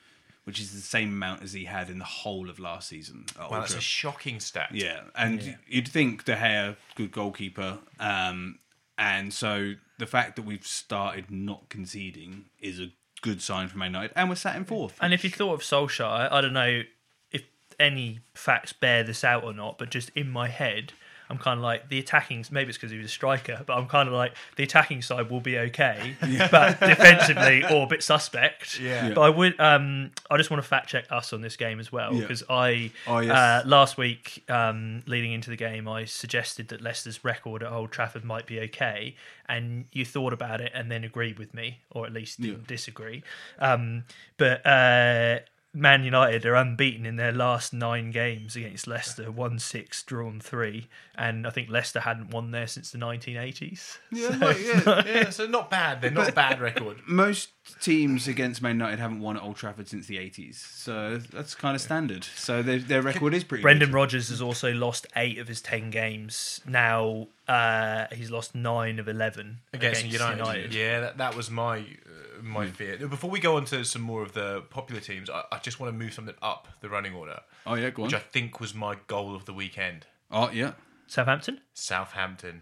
A: which is the same amount as he had in the whole of last season. at Old
C: Wow, that's a
A: Trafford.
C: shocking stat.
A: Yeah, and you'd think De Gea, good goalkeeper, um, and so the fact that we've started not conceding is a good sign for Man United, and we're sat in fourth.
B: And if you thought of Solskjaer, I don't know if any facts bear this out or not, but just in my head, I'm kind of like the attacking. Maybe it's because he was a striker, but I'm kind of like the attacking side will be okay, but defensively or a bit suspect.
C: Yeah. Yeah.
B: But I would. Um, I just want to fact check us on this game as well because I
A: Oh, yes.
B: uh, last week, um, leading into the game, I suggested that Leicester's record at Old Trafford might be okay, and you thought about it and then agreed with me, or at least didn't disagree. Um, but uh, Man United are unbeaten in their last nine games against Leicester, one six, drawn three, and I think Leicester hadn't won there since the 1980s.
C: yeah, right, yeah, yeah. So not bad. They're not a bad record.
A: Most teams against Man United haven't won at Old Trafford since the '80s, so that's kind of standard. So their, their record is pretty.
B: Brendan Rodgers has also lost eight of his ten games. Now uh, he's lost nine of eleven
C: against, United. Yeah, that, that was my uh,
A: Hmm.
C: my fear. Before we go on to some more of the popular teams, I, I just want to move something up the running order,
A: Good. Oh yeah, go on.
C: which I think was my goal of the weekend.
A: Oh yeah,
B: Southampton.
C: Southampton.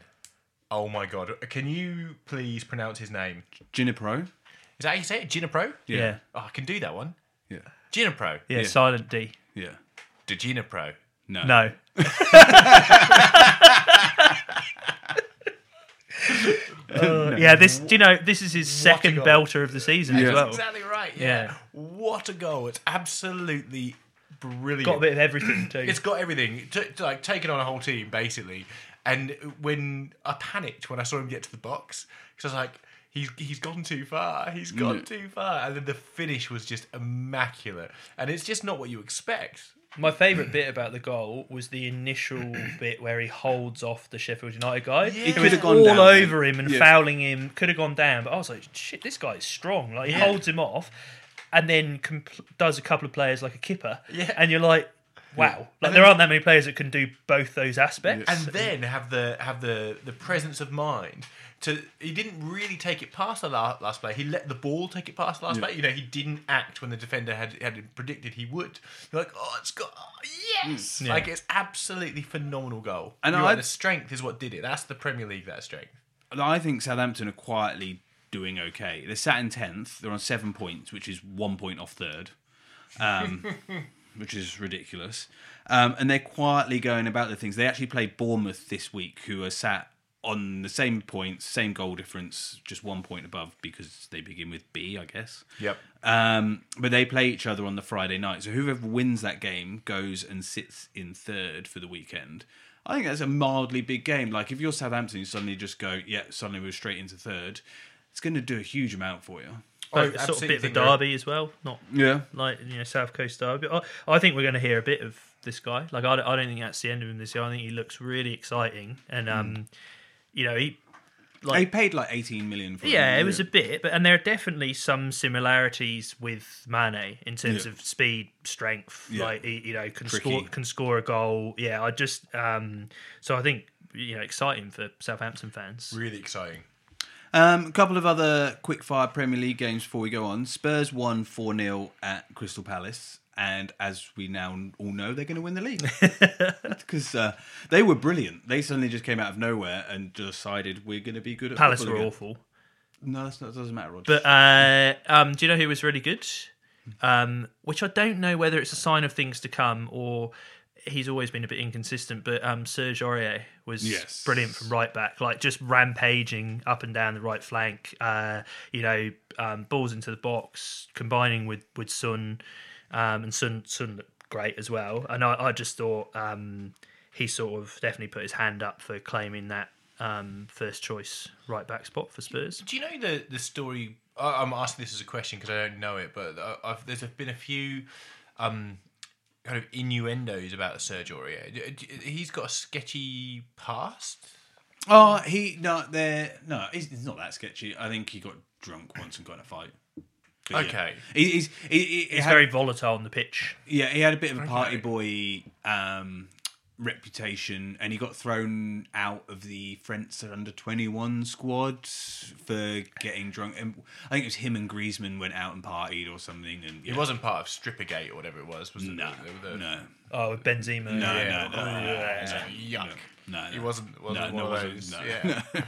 C: Oh my god! Can you please pronounce his name?
A: Ginepro.
C: Is that how you say it? Ginepro?
A: Yeah.
B: Yeah.
C: Oh, I can do that one.
A: Yeah,
C: Ginepro.
B: Yeah,
A: Yeah. Oh.
B: silent D.
A: yeah.
C: De Ginepro.
A: No,
B: No. Uh, yeah, this do you know this is his second
C: goal.
B: belter of the season
A: Yeah.
B: as well.
C: Exactly right. Yeah.
B: Yeah.
C: What a goal! It's absolutely brilliant.
B: Got a bit of everything too.
C: It's got everything. T- t- like taking on a whole team basically. And when I panicked when I saw him get to the box because I was like, he's he's gone too far. He's gone
A: Yeah.
B: Mm.
C: too far. And then the finish was just immaculate. And it's just not what you expect.
B: My favourite bit about the goal was the initial bit where he holds off the Sheffield United guy. He
C: could
B: was
A: have gone
B: all
A: down,
B: over him and
A: yeah.
B: fouling him. Could have gone down, but I was like, shit, this guy is strong. Like he holds him off, and then compl- does a couple of players like a kipper.
C: Yeah.
B: and you're like, wow, like there aren't that many players that can do both those aspects.
C: and then have the have the the presence of mind to he didn't really take it past the last, last play he let the ball take it past the last play you know he didn't act when the defender had had predicted he would you're like oh it's got oh, yes
B: Mm.
C: like it's absolutely phenomenal goal
A: And
C: and right,
A: I'd-
C: the strength is what did it that's the premier league that strength
A: I think Southampton are quietly doing okay. They're sat in tenth. They're on seven points, which is one point off third, um, which is ridiculous. Um, and they're quietly going about the things. They actually play Bournemouth this week, who are sat on the same points, same goal difference, just one point above because they begin with B, I guess.
C: yep
A: Um, but they play each other on the Friday night. So whoever wins that game goes and sits in third for the weekend. I think that's a mildly big game. Like if you're Southampton, you suddenly just go, yeah, suddenly we're straight into third. It's going to do a huge amount for you.
B: But
C: I
B: sort of
C: Oh, absolutely
B: bit of a
C: think we're-
B: derby as well, not
A: Yeah.
B: like you know South Coast derby. I, I think we're going to hear a bit of this guy. Like I, don't- I don't think that's the end of him this year. I think he looks really exciting, and
A: Hmm.
B: um, you know he
A: They
B: like
A: paid like 18 million for
B: yeah,
A: him,
B: it was a bit, but and there are definitely some similarities with Mane in terms
A: Yeah.
B: of speed, strength.
A: Yeah.
B: Like he, you know, can
A: Tricky.
B: score can score a goal. Yeah, I just um, so I think you know exciting for Southampton fans.
C: Really exciting.
A: Um, a couple of other quickfire Premier League games before we go on. Spurs won 4 0 at Crystal Palace. And as we now all know, they're going to win the league. Because uh, they were brilliant. They suddenly just came out of nowhere and decided we're going to be good at
B: Palace
A: football
B: were
A: again.
B: awful.
A: No, that's not, that doesn't matter, Roger.
B: But uh, um, do you know who was really good? Um, which I don't know whether it's a sign of things to come or he's always been a bit inconsistent. But um, Serge Aurier was
A: Yes.
B: brilliant from right back, like just rampaging up and down the right flank. Uh, you know, um, balls into the box, combining with with Sun, um, and Sun Sun looked great as well. And I, I just thought um, he sort of definitely put his hand up for claiming that. Um, first choice right back spot for Spurs.
C: Do you know the the story? I, I'm asking this as a question because I don't know it, but I, I've, there's been a few um, kind of innuendos about Serge Aurier. D- d- He's got a sketchy past.
A: oh, he, no, they're, no, it's, it's not that sketchy. I think he got drunk once and got in a fight. But yeah.
C: Okay.
A: He, he's he, he, he
B: It's
A: had-
B: very volatile on the pitch.
A: Yeah, he had a bit of a party boy um, reputation, and he got thrown out of the French under twenty one squad for getting drunk. And I think it was him and Griezmann went out and partied or something. And yeah.
C: It wasn't part of Strippergate or whatever it was, was it?
A: no,
C: The- the-
A: no,
B: Oh, with Benzema.
A: no,
C: Yeah.
A: no, no, no,
C: It's
A: no,
C: like, Yuck.
A: no, no.
C: It wasn't,
A: No,
C: wasn't
A: no,
C: one of
A: wasn't,
C: those.
A: no.
C: Yeah.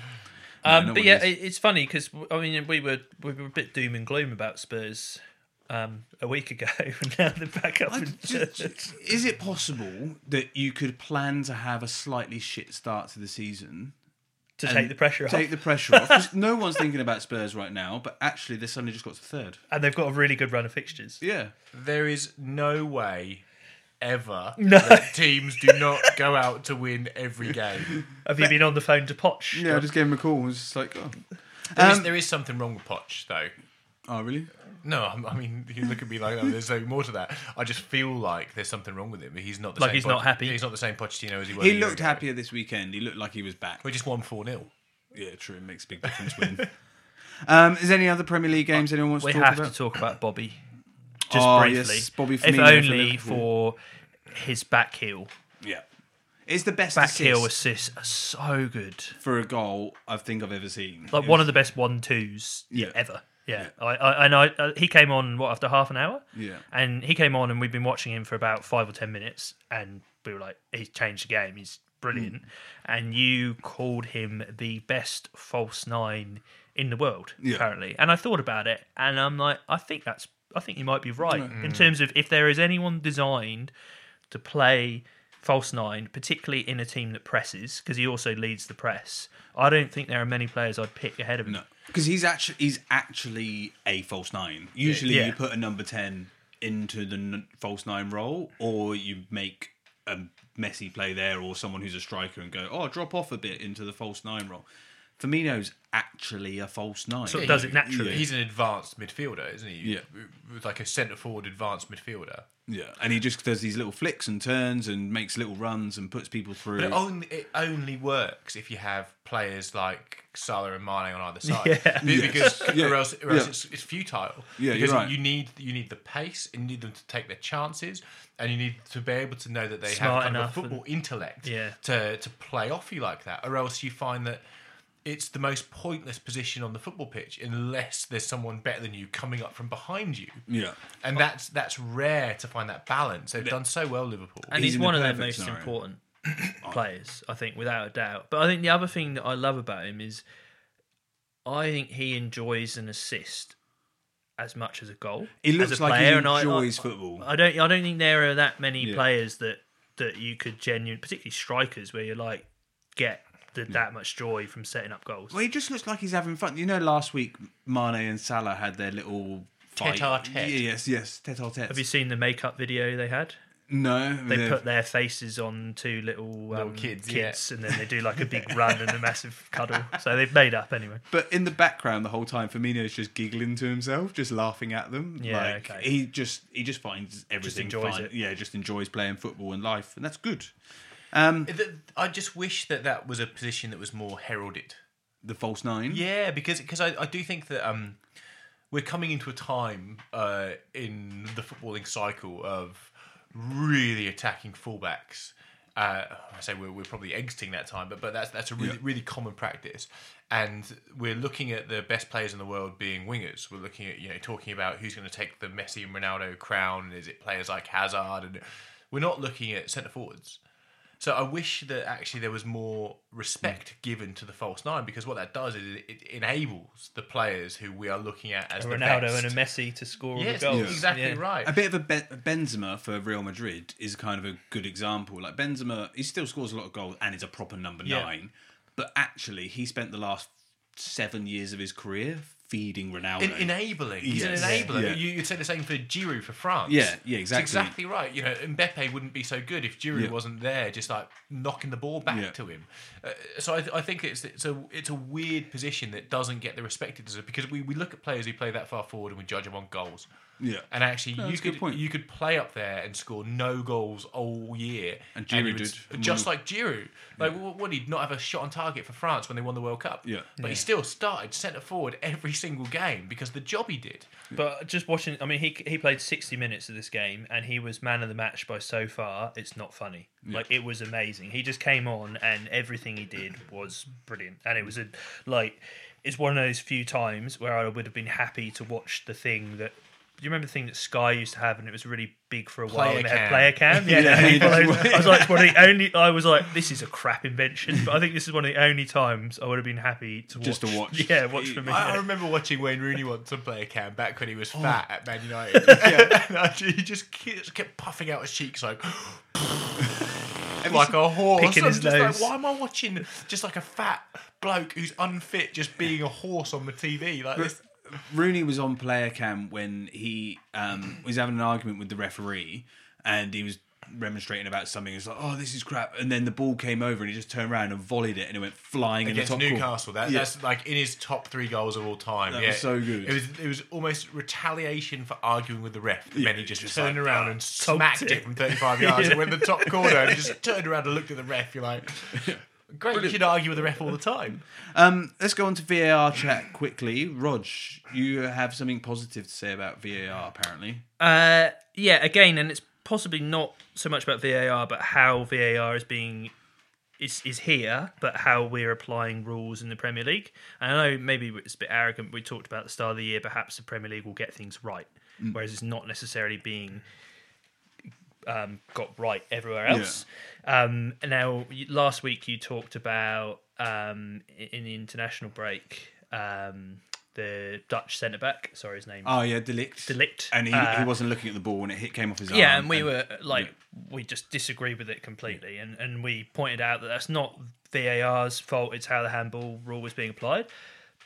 B: Um,
A: no
B: but
A: one
B: yeah,
A: is.
B: it it's funny because I mean we were we were a bit doom and gloom about Spurs um, a week ago, and now they're back up. in
A: Just- just- Is it possible that you could plan to have a slightly shit start to the season?
B: to take the pressure off,
A: Take the pressure off. 'Cause no one's thinking about Spurs right now, but actually they suddenly just got to third.
B: and they've got a really good run of fixtures.
A: Yeah.
C: There is no way ever
B: No.
C: that teams do not go out to win every game.
B: Have you been on the phone to Poch?
A: Yeah, I just gave him a call. and was just like, oh,
C: There is- there is something wrong with Poch, though.
A: oh really?
C: No, I'm- I mean, you look at me like, oh, there's no more to that. I just feel like there's something wrong with him. He's not the
B: Like
C: same
B: he's not happy?
C: He's not the same Pochettino as he was. a
A: He
C: year
A: looked
C: ago.
A: happier this weekend. He looked like he was back.
C: We just won 4 0.
A: Yeah, true. It makes a big difference Uh, win. um, is there any other Premier League games anyone wants
B: We
A: to talk
B: have
A: about?
B: to talk about Bobby, just
A: Oh,
B: briefly.
A: yes, Bobby
B: if
A: Firmino for
B: only
A: Liverpool.
B: for his back heel.
A: yeah, it's the best
B: Back heel
A: assist
B: assists are so good.
A: for a goal I think I've ever seen.
B: Like one of the best one twos
A: Yeah.
B: ever. Yeah, I, I and I uh, he came on what after half an hour.
A: Yeah.
B: and he came on and we've been watching him for about five or ten minutes, and we were like, he's changed the game. He's brilliant,
A: Hmm.
B: and you called him the best false nine in the world
A: Yeah.
B: apparently. And I thought about it, and I'm like, I think that's I think you might be right
A: Mm.
B: in terms of if there is anyone designed to play false nine, particularly in a team that presses, because he also leads the press. I don't think there are many players I'd pick ahead of him.
A: no, because he's actually he's actually a false nine. Usually
B: Yeah.
A: you put a number ten into the n- false nine role, or you make a messy play there, or someone who's a striker and go, oh, drop off a bit into the false nine role. Firmino's actually a false nine.
B: Sort of does it naturally.
C: He's an advanced midfielder, isn't he?
A: Yeah.
C: With Like a centre forward advanced midfielder.
A: Yeah, and he just does these little flicks and turns and makes little runs and puts people through.
C: But it only, it only works if you have players like Salah and Mane on either side.
B: Yeah.
C: Be- Because
A: Yeah.
C: or else, or else
A: Yeah.
C: it's, it's futile.
A: Yeah, you're
C: because
A: right.
C: you need you need the pace, and you need them to take their chances, and you need to be able to know that they
B: Smart
C: have kind of a
B: enough
C: football intellect
B: Yeah.
C: to to play off you like that. Or else you find that it's the most pointless position on the football pitch unless there's someone better than you coming up from behind you.
A: yeah,
B: Oh.
C: And that's that's rare to find that balance. They've done so well, Liverpool.
B: and
A: He's
B: he's,
A: in the
B: one of their
A: perfect
B: most
A: scenario.
B: important players, I think, without a doubt. But I think the other thing that I love about him is, I think he enjoys an assist as much as a goal.
A: he
B: as
A: looks
B: a
A: like
B: player,
A: he
B: and I-
A: enjoys
B: I,
A: football.
B: I don't. I don't think there are that many
A: Yeah.
B: players that that you could genuine, particularly strikers, where you like get the, that much joy from setting up goals.
A: well, he just looks like he's having fun. You know, last week Mane and Salah had their little fight.
C: Tête-à-tête.
A: Yeah, Yes, yes, tete a tete.
B: Have you seen the makeup video they had?
A: No,
B: They
A: they've-
B: put their faces on two little, um,
C: kids, yeah.
B: kids and then they do like a big run and a massive cuddle. So they've made up anyway.
A: But in the background, the whole time, Firmino's just giggling to himself, just laughing at them.
B: Yeah,
A: like,
B: okay.
A: he just he just finds everything
B: enjoys
A: fine.
B: it.
A: Yeah, just enjoys playing football and life, and that's good. Um,
C: Th- I just wish that that was a position that was more heralded.
A: the false nine.
C: Yeah, because because I, I do think that um, we're coming into a time uh, in the footballing cycle of really attacking fullbacks. Uh, I say we're, we're probably exiting that time, but but that's that's a really
A: Yeah.
C: really common practice. And we're looking at the best players in the world being wingers. We're looking at you know talking about who's going to take the Messi and Ronaldo crown. Is it players like Hazard? And we're not looking at centre forwards. So I wish that actually there was more respect
B: Hmm.
C: given to the false nine because what that does is it enables the players who we are looking at as
B: A
C: the
B: Ronaldo
C: best.
B: and a Messi to score
C: yes,
B: all the goals.
C: exactly
B: Yeah.
C: right.
A: A bit of a ben- Benzema for Real Madrid is kind of a good example. Like Benzema, he still scores a lot of goals and is a proper number
B: Yeah.
A: nine, but actually he spent the last seven years of his career feeding Ronaldo.
C: En- enabling. He's an
A: Yes.
C: enabler.
A: Yeah.
C: You, you'd say the same for Giroud for France.
A: Yeah, yeah,
C: It's
A: exactly.
C: exactly right. You know, Mbappe wouldn't be so good if Giroud
A: Yeah.
C: wasn't there, just like knocking the ball back
A: Yeah.
C: to him. Uh, so I, th- I think it's it's a it's a weird position that doesn't get the respect it deserves because we, we look at players who play that far forward and we judge them on goals.
A: yeah,
C: And actually,
A: No,
C: you
A: that's a good
C: could
A: point.
C: you could play up there and score no goals all year.
A: And
C: you
A: Giroud
C: would
A: did.
C: s- just like Giroud. Like, what, what he'd not have a shot on target for France when they won the World Cup.
A: Yeah.
C: but he still started centre forward every single game because the job he did.
B: But just watching, I mean, he he played sixty minutes of this game, and he was man of the match by so far. It's not funny. Like it was amazing. He just came on, and everything he did was brilliant. And it was a like, it's one of those few times where I would have been happy to watch the thing that. Do you remember the thing that Sky used to have, and it was really big for a while?
C: Player
B: and they had
C: cam.
B: player cam. Yeah,
A: Yeah,
B: and
A: you
B: people-
A: just-
B: I was like, it's one of the only. I was like, this is a crap invention, but I think this is one of the only times I would have been happy to
A: Just to
B: watch.
A: watch.
B: Yeah, watch for me.
C: I, I remember watching Wayne Rooney once on player cam back when he was fat at Man United. And I- he just ke- just kept puffing out his cheeks like. Like a horse,
B: Picking
C: I'm
B: his
C: just like,
B: nose.
C: why am I watching just like a fat bloke who's unfit just being a horse on the TV? Like this,
A: Rooney was on player cam when he um, was having an argument with the referee and he was remonstrating about something. He's like, oh, this is crap. And then the ball came over and he just turned around and volleyed it and it went flying in the
C: against
A: top corner.
C: Newcastle. That,
A: Yeah.
C: That's like in his top three goals of all time.
A: That
C: yeah,
A: was so good.
C: It was it was almost retaliation for arguing with the ref. And then he just, turned
A: like,
C: around and smacked
B: it.
C: it from thirty five yards. and went in the top corner and just turned around and looked at the ref. You're like, great. You should argue with the ref all the time.
A: Um, let's go on to VAR chat quickly. Rog, you have something positive to say about VAR, apparently.
B: Uh, yeah, again, and it's possibly not so much about VAR, but how VAR is being is is here, but how we're applying rules in the Premier League. And I know maybe it's a bit arrogant. We talked about at the start of the year. Perhaps the Premier League will get things right, whereas it's not necessarily being um, got right everywhere else. Um, and now, you- last week you talked about um, i- in the international break um, the Dutch centre back. Sorry, his name.
A: Oh, yeah, Delict.
B: Delict.
A: And he,
B: Uh,
A: he wasn't looking at the ball when it hit, came off his arm.
B: yeah, and we were like, we just disagreed with it completely, and and we pointed out that that's not VAR's fault; it's how the handball rule was being applied.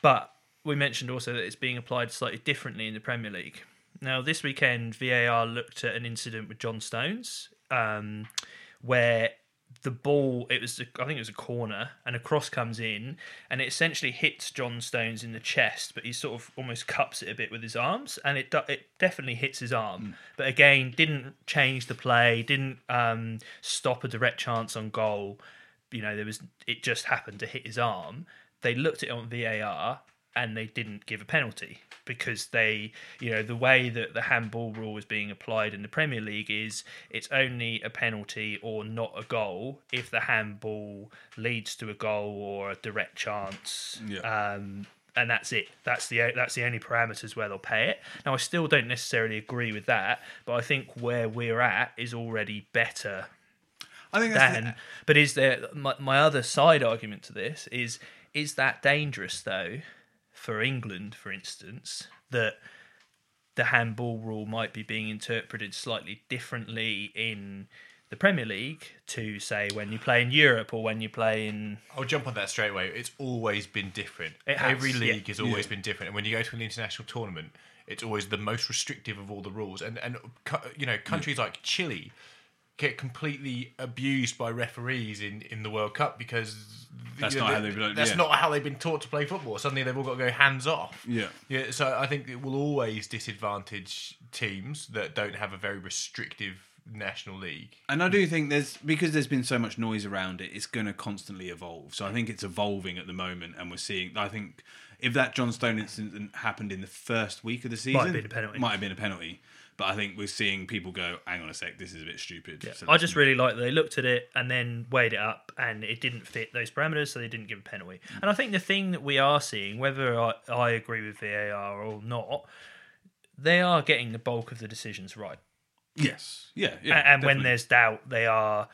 B: But we mentioned also that it's being applied slightly differently in the Premier League. Now, this weekend, VAR looked at an incident with John Stones, um, where the ball it was I think it was a corner and a cross comes in and it essentially hits John Stones in the chest but he sort of almost cups it a bit with his arms and it do- it definitely hits his arm but again didn't change the play didn't um, stop a direct chance on goal you know there was it just happened to hit his arm they looked at it on VAR and they didn't give a penalty because they, you know, the way that the handball rule is being applied in the Premier League is it's only a penalty or not a goal if the handball leads to a goal or a direct chance.
A: Yeah.
B: Um, and that's it. That's the o- that's the only parameters where they'll pay it. Now, I still don't necessarily agree with that, but I think where we're at is already better
A: I think that's the-
B: then. But is there my, my other side argument to this is is that dangerous though for England, for instance, that the handball rule might be being interpreted slightly differently in the Premier League to say when you play in Europe or when you play in
C: I'll jump on that straight away. It's always been different.
B: It has,
C: Every
B: yeah.
C: league has always been different, and when you go to an international tournament, it's always the most restrictive of all the rules. And and cu- you know, countries like Chile get completely abused by referees in, in the World Cup because
A: That's
C: you know,
A: not how
C: they-
A: they've been-
C: that's
A: yeah.
C: not how they've been taught to play football. Suddenly they've all got to go hands off.
A: Yeah.
C: Yeah, so I think it will always disadvantage teams that don't have a very restrictive national league.
A: And I do think there's because there's been so much noise around it, it's going to constantly evolve. So I think it's evolving at the moment, and we're seeing. I think if that John Stone incident happened in the first week of the season,
B: been a penalty.
A: Might have been a penalty, but I think we're seeing people go, "Hang on a sec, this is a bit stupid." so
B: I
A: let's
B: just really liked that they looked at it and then weighed it up, and it didn't fit those parameters, so they didn't give a penalty.
A: Mm.
B: And I think the thing that we are seeing, whether I, I agree with VAR or not, they are getting the bulk of the decisions right.
A: Yes. Yeah. yeah
B: A- and when
A: definitely.
B: there's doubt, they are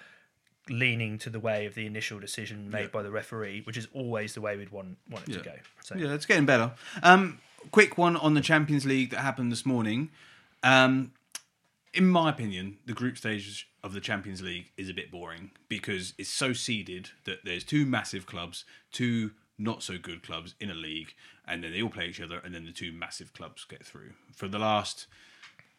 B: leaning to the way of the initial decision made by the referee, which is always the way we'd want want it to
A: Yeah.
B: go. So
D: Yeah, it's getting better. Um, quick one on the Champions League that happened this morning. Um,
A: in my opinion, the group stage of the Champions League is a bit boring because it's so seeded that there's two massive clubs, two not so good clubs in a league, and then they all play each other, and then the two massive clubs get through. For the last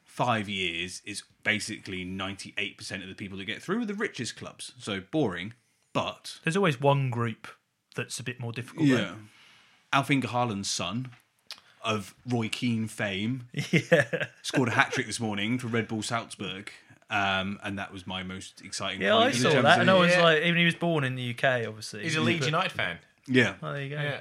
A: five years, it's basically 98% of the people that get through are the richest clubs. So boring, but
B: there's always one group that's a bit more difficult. though.
A: yeah. Alfinger Haaland's son of Roy Keane fame scored a hat trick this morning for Red Bull Salzburg. Um, and that was my most exciting
B: Yeah,
A: point
B: I
A: in the
B: saw
A: Champions
B: that, and I
A: League.
B: was
C: Yeah.
B: like, even he was born in the UK, obviously.
C: He's a Leeds United fan.
A: Yeah.
B: Oh, there you go.
C: Yeah.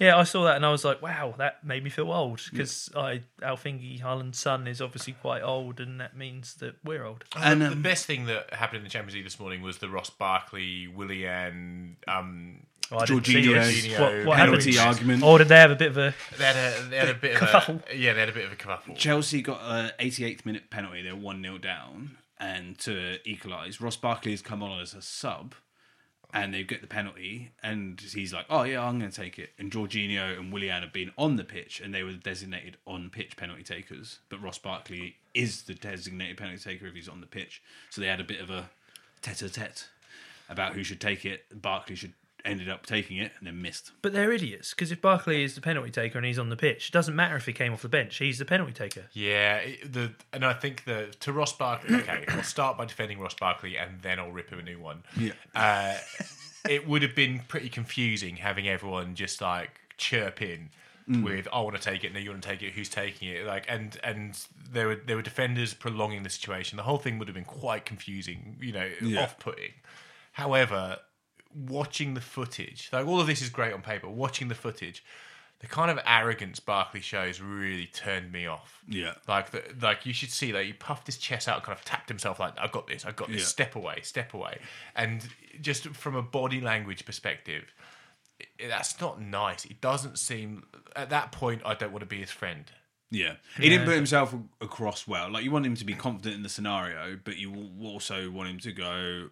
B: Yeah, I saw that and I was like, wow, that made me feel old because I Alfingi Haaland's son is obviously quite old, and that means that we're old.
A: And,
C: the, the
A: um,
C: best thing that happened in the Champions League this morning was the Ross Barkley, Willian. Um,
B: Well, I didn't see
A: Jorginho's
B: this. What, what
A: penalty
B: happened?
A: argument.
B: Oh, did they have a bit of a?
C: they had a they had a bit of
B: Kerfuffle.
C: a, yeah they had a bit of a kerfuffle.
A: Chelsea got a 88th minute penalty. They're 1 0 down. And to equalise, Ross Barkley has come on as a sub. And they get the penalty, and he's like, "Oh yeah, I'm going to take it." And Jorginho and Willian have been on the pitch, and they were designated on-pitch penalty takers. But Ross Barkley is the designated penalty taker if he's on the pitch. So they had a bit of a tete-a-tete about who should take it. Barkley should ended up taking it, and then missed.
B: But they're idiots because if Barkley is the penalty taker and he's on the pitch, it doesn't matter if he came off the bench; he's the penalty taker.
C: Yeah, it- the and I think the to Ross Barkley. Okay, I'll start by defending Ross Barkley, and then I'll rip him a new one. Yeah, uh, it would have been pretty confusing having everyone just like chirp in with "I want to take it," "No, you want to take it," "Who's taking it?" Like, and and there were there were defenders prolonging the situation. The whole thing would have been quite confusing, you know, off putting. However, watching the footage, like all of this is great on paper. Watching the footage. The kind of arrogance Barkley shows really turned me off.
A: Yeah.
C: Like, the, like you should see that he puffed his chest out, and kind of tapped himself, like I've got this, I've got this.
A: Yeah.
C: Step away, step away, and just from a body language perspective, i that's not nice. It doesn't seem at that point. I don't want to be his friend.
A: Yeah. He didn't put himself a- across well. Like, you want him to be confident in the scenario, but you al- also want him to go,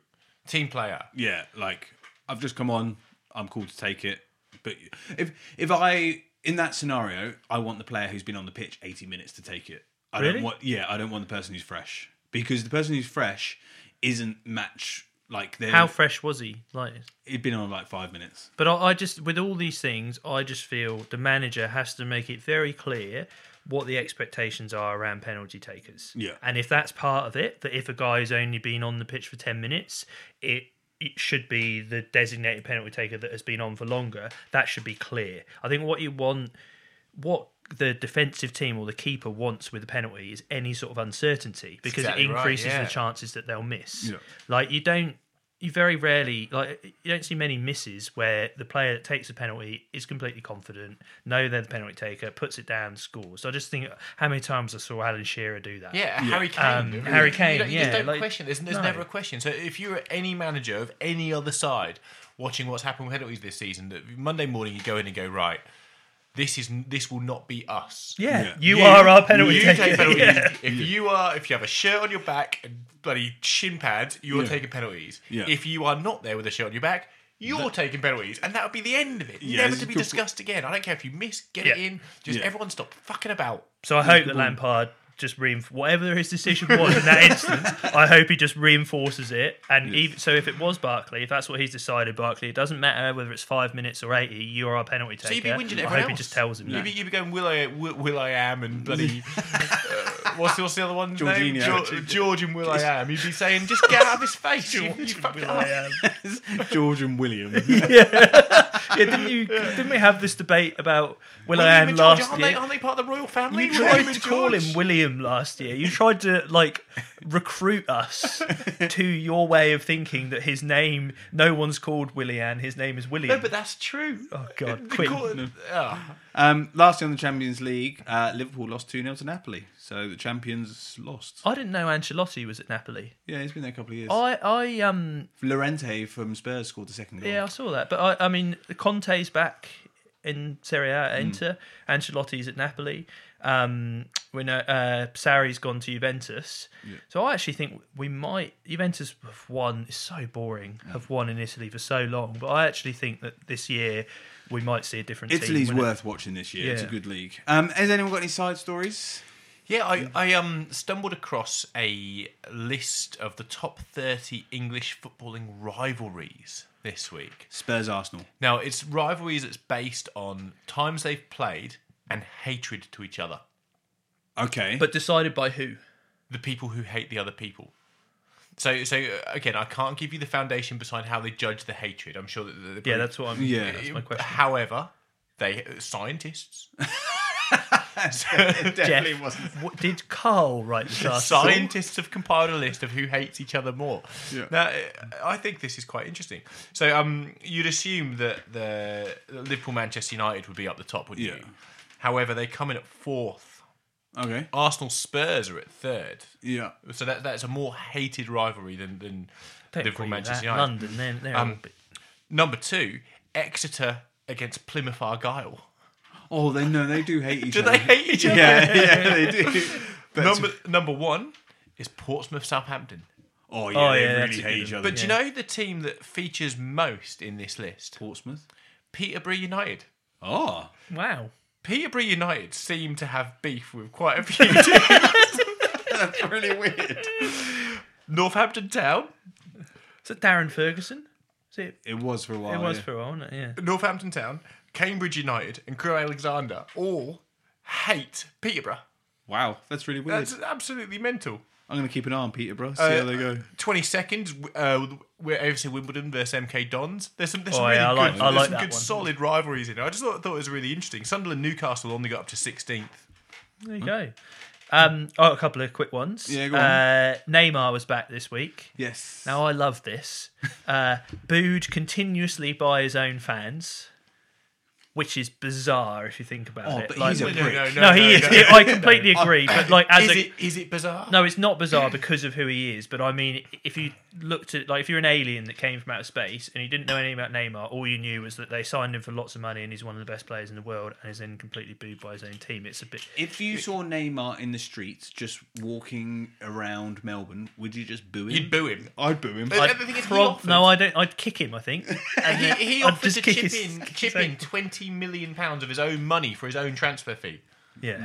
C: Team player.
A: yeah, like, I've just come on. I'm cool to take it. But if, if I, in that scenario, I want the player who's been on the pitch 80 minutes to take it. I
B: Really?
A: don't want, yeah, I don't want the person who's fresh because the person who's fresh isn't match. Like, they're,
B: How fresh was he? Like,
A: he'd been on like five minutes.
B: but I, I just with all these things, I just feel the manager has to make it very clear what the expectations are around penalty takers.
A: Yeah.
B: and if that's part of it, that if a guy's only been on the pitch for ten minutes, it it should be the designated penalty taker that has been on for longer. That should be clear. I think what you want what the defensive team or the keeper wants with a penalty is any sort of uncertainty because
C: exactly
B: it
C: right,
B: increases
C: yeah.
B: the chances that they'll miss. Like you don't you very rarely like you don't see many misses where the player that takes a penalty is completely confident, know they're the penalty taker, puts it down, scores. I just think how many times I saw Alan Shearer do that.
C: Yeah, Harry Kane.
B: Um,
C: really.
B: Harry Kane,
C: You, don't- you
B: yeah,
C: just don't
B: like-
C: question. There's, there's
B: no.
C: never a question. So if you're any manager of any other side watching what's happened with penalties this season, that Monday morning you go in and go right. This is this will not be us.
B: Yeah. You, are our penalty
C: you
B: taker.
C: Take penalties.
B: Yeah.
C: If you are, if you have a shirt on your back and bloody shin pads, you're taking penalties.
A: Yeah.
C: If you are not there with a shirt on your back, you're taking penalties, and that would be the end of it.
A: Yeah,
C: Never
A: this
C: to
A: is
C: be
A: good-
C: discussed again. I don't care if you miss, get it
B: Yeah.
C: in. Just
A: Yeah.
C: everyone stop fucking about.
B: So I hope that Lampard just reinf- whatever his decision was in that instance. I hope he just reinforces it. And even, so, if it was Barkley, if that's what he's decided, Barkley, it doesn't matter whether it's five minutes or eighty. You are our penalty taker.
C: So you'd be whinging at
B: I
C: everyone
B: hope
C: else.
B: he just tells him.
C: You'd
B: that.
C: be, you'd be going, Will I, Will, Will I Am and bloody. uh, what's, what's the other one's name?
A: Jorginho.
C: George, George and Will I Am. You'd be saying, just get out of his face. You, you fucked it up.
B: Yeah.
E: George and William.
B: Yeah, didn't you? Didn't we have this debate about Will
C: William
B: I Am
C: and George,
B: last
C: aren't,
B: year?
C: They, aren't they part of the royal family?
B: You
C: William
B: tried
C: and
B: to call
C: George?
B: him William last year. You tried to like recruit us to your way of thinking that his name, no one's called Willian, his name is William.
C: No, but that's true.
B: oh god,
C: They
B: quit.
C: call it- Ah.
A: Um, lastly, on the Champions League, uh, Liverpool lost 2 0 to Napoli. So the champions lost.
B: I didn't know Ancelotti was at Napoli.
A: Yeah, he's been there a couple of years.
B: I, I, um,
A: Lorente from Spurs scored the second goal.
B: yeah, I saw that. But I, I mean, Conte's back in Serie A
A: Hmm.
B: at Inter. Ancelotti's at Napoli. Um, we know uh, Sarri's gone to Juventus. So I actually think we might Juventus have won. It's so boring. Have won in Italy for so long, but I actually think that this year we might see a different. team
A: Italy's
B: win it.
A: worth watching this year. It's a
B: Yeah.
A: good league. Um, has anyone got any side stories?
C: Yeah, I, I um stumbled across a list of the top 30 English footballing rivalries this week.
A: Spurs Arsenal.
C: Now, it's rivalries that's based on times they've played and hatred to each other.
A: Okay.
B: But decided by who?
C: The people who hate the other people. So, so uh, again, I can't give you the foundation behind how they judge the hatred. I'm sure that the, the Uh,
B: Yeah, that's what I'm.
A: Yeah.
B: Yeah, that's my question.
C: However, they uh, scientists
B: Definitely wasn't. What, did Carl write this article?
C: Scientists have compiled a list of who hates each other more.
A: Yeah.
C: Now, I think this is quite interesting. So, um, you'd assume that the that Liverpool, Manchester United would be up the top, wouldn't
A: Yeah.
C: you? However, they come in at fourth.
A: okay.
C: Arsenal, Spurs are at third.
A: Yeah.
C: So that that's a more hated rivalry than than
B: Don't agree
C: Liverpool,
B: with
C: Manchester
B: that.
C: United. Um,
B: London, they're, they're all a bit-
C: Number two, Exeter against Plymouth Argyle.
A: Oh, they no, they do hate each
C: Do
A: other.
C: they hate each other?
A: Yeah, yeah, they do. But
C: Number number one is Portsmouth, Southampton.
A: oh yeah,
B: Oh,
A: they
B: yeah, that's
A: really
B: a
A: hate
B: good
A: each
B: one.
A: other.
C: But do you know the team that features most in this list?
A: Portsmouth.
C: Peterborough United.
A: Oh,
B: Wow.
C: Peterborough United seem to have beef with quite a few teams.
A: that's really weird.
C: Northampton Town,
B: Is it Darren Ferguson? Is it?
A: It was for a while.
B: It was
A: Oh, yeah.
B: for a while, wasn't it? Yeah.
C: Northampton Town, Cambridge United, and Crewe Alexander all hate Peterborough.
A: wow. That's really weird.
C: That's absolutely mental.
A: I'm gonna keep an eye on Peterborough. See
C: Uh,
A: how they go.
C: Twenty second, uh, we're AFC Wimbledon versus MK Dons. There's some, there's some
B: Oh,
C: really
B: yeah, I like-
C: good,
B: I
C: there's
B: like
C: some
B: that
C: good
B: one.
C: solid rivalries in it. I just thought, thought it was really interesting. Sunderland Newcastle only got up to sixteenth.
B: There you go. Um, oh, a couple of quick ones.
A: Hmm. Yeah, go on.
B: Uh, Neymar was back this week.
A: Yes.
B: Now I love this. Uh, booed continuously by his own fans, which is bizarre if you think about
A: Oh,
B: it.
A: but he's a
B: no,
A: prick.
B: he is. I completely
A: Oh,
B: agree. But like, as
C: is
B: a,
C: it is it bizarre?
B: No, it's not bizarre because of who he is. But I mean, if you looked at like if you're an alien that came from outer space and you didn't know anything about Neymar, all you knew was that they signed him for lots of money and he's one of the best players in the world and is then completely booed by his own team. It's a bit.
A: if you saw Neymar in the streets just walking around Melbourne, would you just boo him?
C: You'd boo him.
A: I'd boo him.
C: But the thing is, he
B: Prob-
C: offered-
B: no, I don't. I'd kick him. I think. And then
C: he, he
B: I'd
C: offered
B: just
C: to
B: kick
C: chip
B: his-
C: in,
B: kick
C: chip
B: his
C: in
B: own-
C: twenty million pounds of his own money for his own transfer fee.
B: Yeah.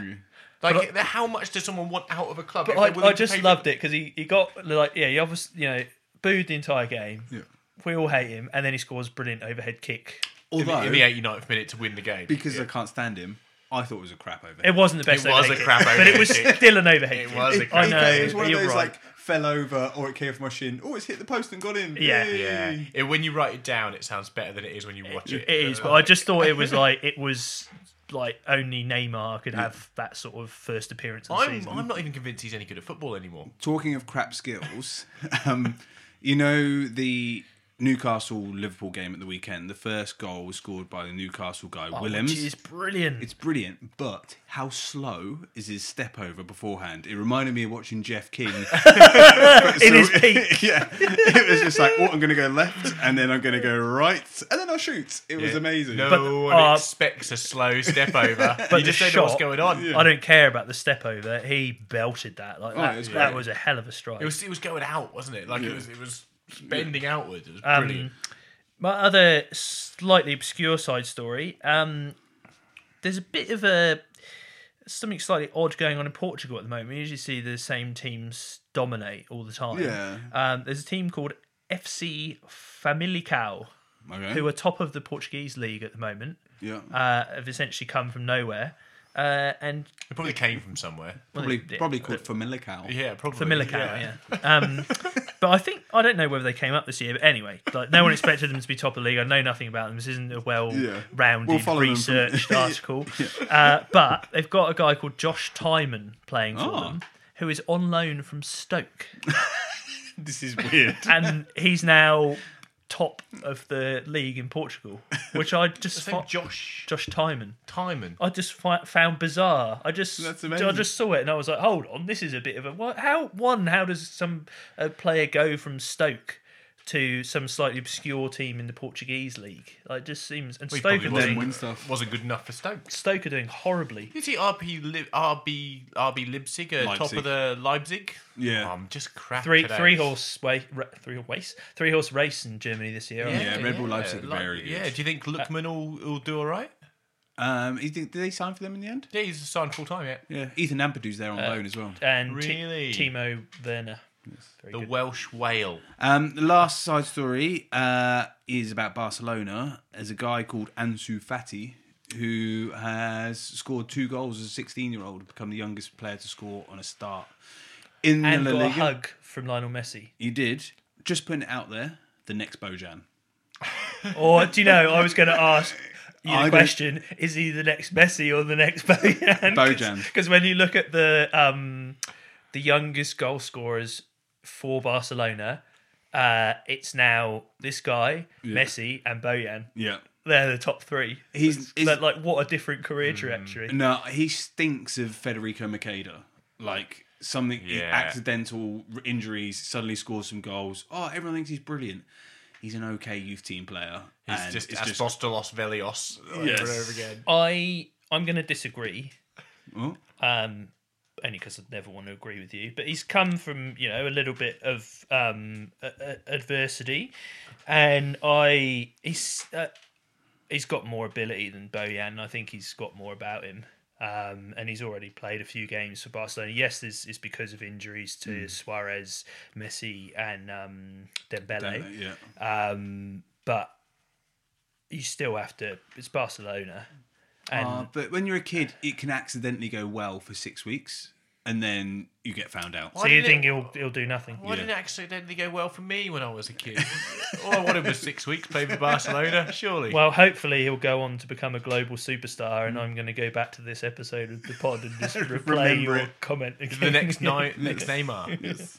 C: Like, how much does someone want out of a club?
B: But I, I just loved it because he, he got like yeah he obviously you know booed the entire game.
A: Yeah.
B: We all hate him, and then he scores a brilliant overhead kick.
C: in
A: Although
C: the, in the 89th minute to win the game.
A: because I can't stand him, I thought it was a crap over.
B: It wasn't the best.
C: It was
B: overhead
C: a
B: kick,
C: crap
B: but it was
C: overhead kick.
B: still an overhead.
C: It
B: kick.
C: was a crap
B: I know.
C: overhead kick.
A: It was one of
B: you're
A: those
B: right.
A: like fell over or it came off my shin. Oh, it's hit the post and got in.
B: Yeah.
A: Yay.
C: yeah, It- when you write it down, it sounds better than it is when you watch it.
B: It is, but I just thought it was like it was like only Neymar could have that sort of first appearance in the
C: I'm,
B: season.
C: I'm not even convinced he's any good at football anymore.
A: Talking of crap skills, um, you know the Newcastle Liverpool game at the weekend. The first goal was scored by the Newcastle guy Willems.
B: Oh, Which is brilliant.
A: It's brilliant, but how slow is his step over beforehand? It reminded me of watching Jeff King.
B: in his peak.
A: yeah, it was just like, oh, I'm going to go left, and then I'm going to go right, and then I'll shoot. It was amazing.
C: No
B: But,
C: one
B: uh,
C: expects a slow step over. you just
B: the
C: don't know what's
B: shot-
C: going on.
B: I don't care about the step over. He belted that like that.
A: Oh, it was
B: that
A: great.
B: was a hell of a strike.
C: It was it was going out, wasn't it? Like it was it was bending outward. It was
B: Um,
C: brilliant.
B: My other slightly obscure side story. Um, there's a bit of a something slightly odd going on in Portugal at the moment. You usually see the same teams dominate all the time.
A: Yeah.
B: Um, there's a team called FC Famalicão
A: Okay.
B: who are top of the Portuguese league at the moment.
A: yeah.
B: Uh, have essentially come from nowhere. Uh, and
C: It probably came from somewhere.
A: probably
B: yeah.
A: probably called Familicao.
C: Yeah, probably.
B: Famalicão, yeah. Um, but I think I don't know whether they came up this year. But anyway, like no one expected them to be top of the league. I know nothing about them. This isn't a
A: Yeah. We'll
B: well-rounded,
A: follow them from-
B: researched article. uh, but they've got a guy called Josh Tyman playing for
A: Oh.
B: them, who is on loan from Stoke,
E: This is weird.
B: and he's now top of the league in Portugal, which I just
C: So
B: fi-
C: Josh
B: Josh Tyman.
C: Timon.
B: I just fi- found bizarre. I just
A: That's amazing.
B: I just saw it and I was like, hold on, this is a bit of a what? How one? How does some uh, player go from Stoke to some slightly obscure team in the Portuguese league? Like, it just seems and
C: Well, he
B: Stoke are
C: probably
B: doing
A: win stuff.
C: Wasn't good enough for Stoke.
B: Stoke are doing horribly.
C: You see RB, Lib- RB, RB Leipzig, uh, top
A: Leipzig.
C: of the Leipzig?
A: Yeah.
C: Oh, I'm just crap
B: Three
C: today.
B: three horse way ra- three horse three horse race in Germany this year. aren't they?
A: Yeah, Red Bull Leipzig are
C: Like-
A: very good.
C: Yeah, do you think Lookman will, will do all right?
A: Um, he did, did they sign for them in the end?
C: Yeah, he's signed full time yet.
A: Yeah. Ethan Ampadu's there on loan as well.
B: And Ti-
C: Really?
B: Timo Werner. Very
C: The
B: good.
C: Welsh whale.
A: Um, the last side story uh, is about Barcelona. There's a guy called Ansu Fati who has scored two goals as a 16 year old, become the youngest player to score on a start in
B: and
A: the
B: got
A: La
B: a
A: Liga.
B: hug from Lionel Messi.
A: He did. Just putting it out there. The next Bojan.
B: Or do you know? I was going to ask you
A: I
B: the
A: don't-
B: question: Is he the next Messi or the next Bojan?
A: Bojan.
B: Because when you look at the um, the youngest goal scorers for Barcelona, uh, it's now this guy, Messi, and Bojan.
A: Yeah.
B: They're the top three.
A: He's-
B: But,
A: he's- Mm.
B: like what a different career trajectory.
A: No, he stinks of Federico Makeda. Like something
C: Yeah.
A: accidental r- injuries, suddenly scores some goals. Oh, everyone thinks he's brilliant. He's an okay youth team player.
C: He's
A: and
C: just
A: it's
C: Apostolos Velios over
A: Yes.
C: and over again.
B: I I'm going to disagree.
A: Oh.
B: Um, only because I'd never want to agree with you. But he's come from you know a little bit of um a- a- adversity, and I he's uh, he's got more ability than Bojan. I think he's got more about him. Um, and he's already played a few games for Barcelona. Yes, this is because of injuries to Suarez, Messi, and um, Dembele.
A: uh, Yeah.
B: Um, but you still have to. It's Barcelona, and
A: Uh, but when you're a kid, it can accidentally go well for six weeks, and then you get found out.
B: so
C: Why
B: you
C: did it-
B: think he'll he'll do nothing.
C: Why didn't it accidentally go well for me when I was a kid? All I wanted was six weeks playing for Barcelona, surely.
B: Well, hopefully he'll go on to become a global superstar, and I'm going to go back to this episode of the pod and just replay your comment again.
C: the next night, next Neymar.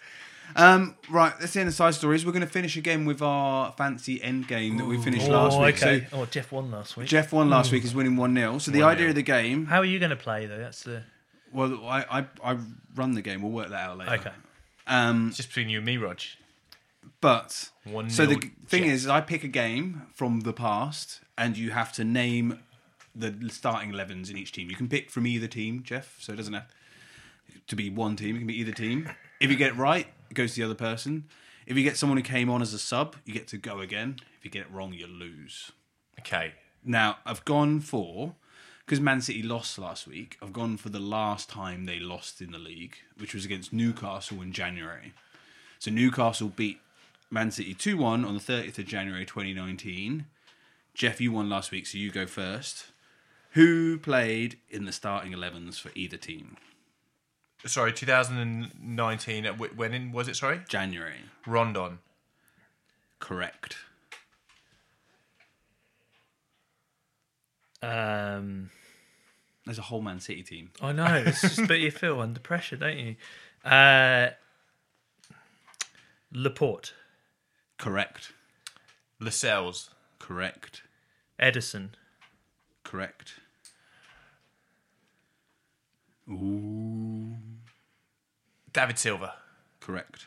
A: Um, right, that's the end of side stories. We're going to finish again with our fancy end game that we finished
B: Oh,
A: last week.
B: okay.
A: So
B: oh, Jeff won last week.
A: Jeff won last week, is winning 1 0. So the idea of the game,
B: How are you going to play though? That's the
A: well, I, I, I run the game, we'll work that out later.
B: okay.
A: Um,
C: It's just between you and me, Rog.
A: But
C: 1-0
A: so the g- thing
C: Jets.
A: is, I pick a game from the past, and you have to name the starting 11s in each team. You can pick from either team, Jeff. So it doesn't have to be one team. It can be either team. If you get it right, it goes to the other person. If you get someone who came on as a sub, you get to go again. If you get it wrong, you lose.
C: Okay.
A: Now I've gone for because Man City lost last week. I've gone for the last time they lost in the league, which was against Newcastle in January. So Newcastle beat Man City two one on the thirtieth of January twenty nineteen. Jeff, you won last week, so you go first. Who played in the starting 11s for either team?
C: Sorry, 2019. uh, wh- When in was it? Sorry,
A: January.
C: Rondon.
A: Correct.
B: Um,
A: There's a whole Man City team.
B: I know, it's just, but you feel under pressure, don't you? Uh, Laporte,
A: Correct.
C: Lascelles.
A: Correct.
B: Edison,
A: Correct. Ooh.
C: David Silva.
A: Correct.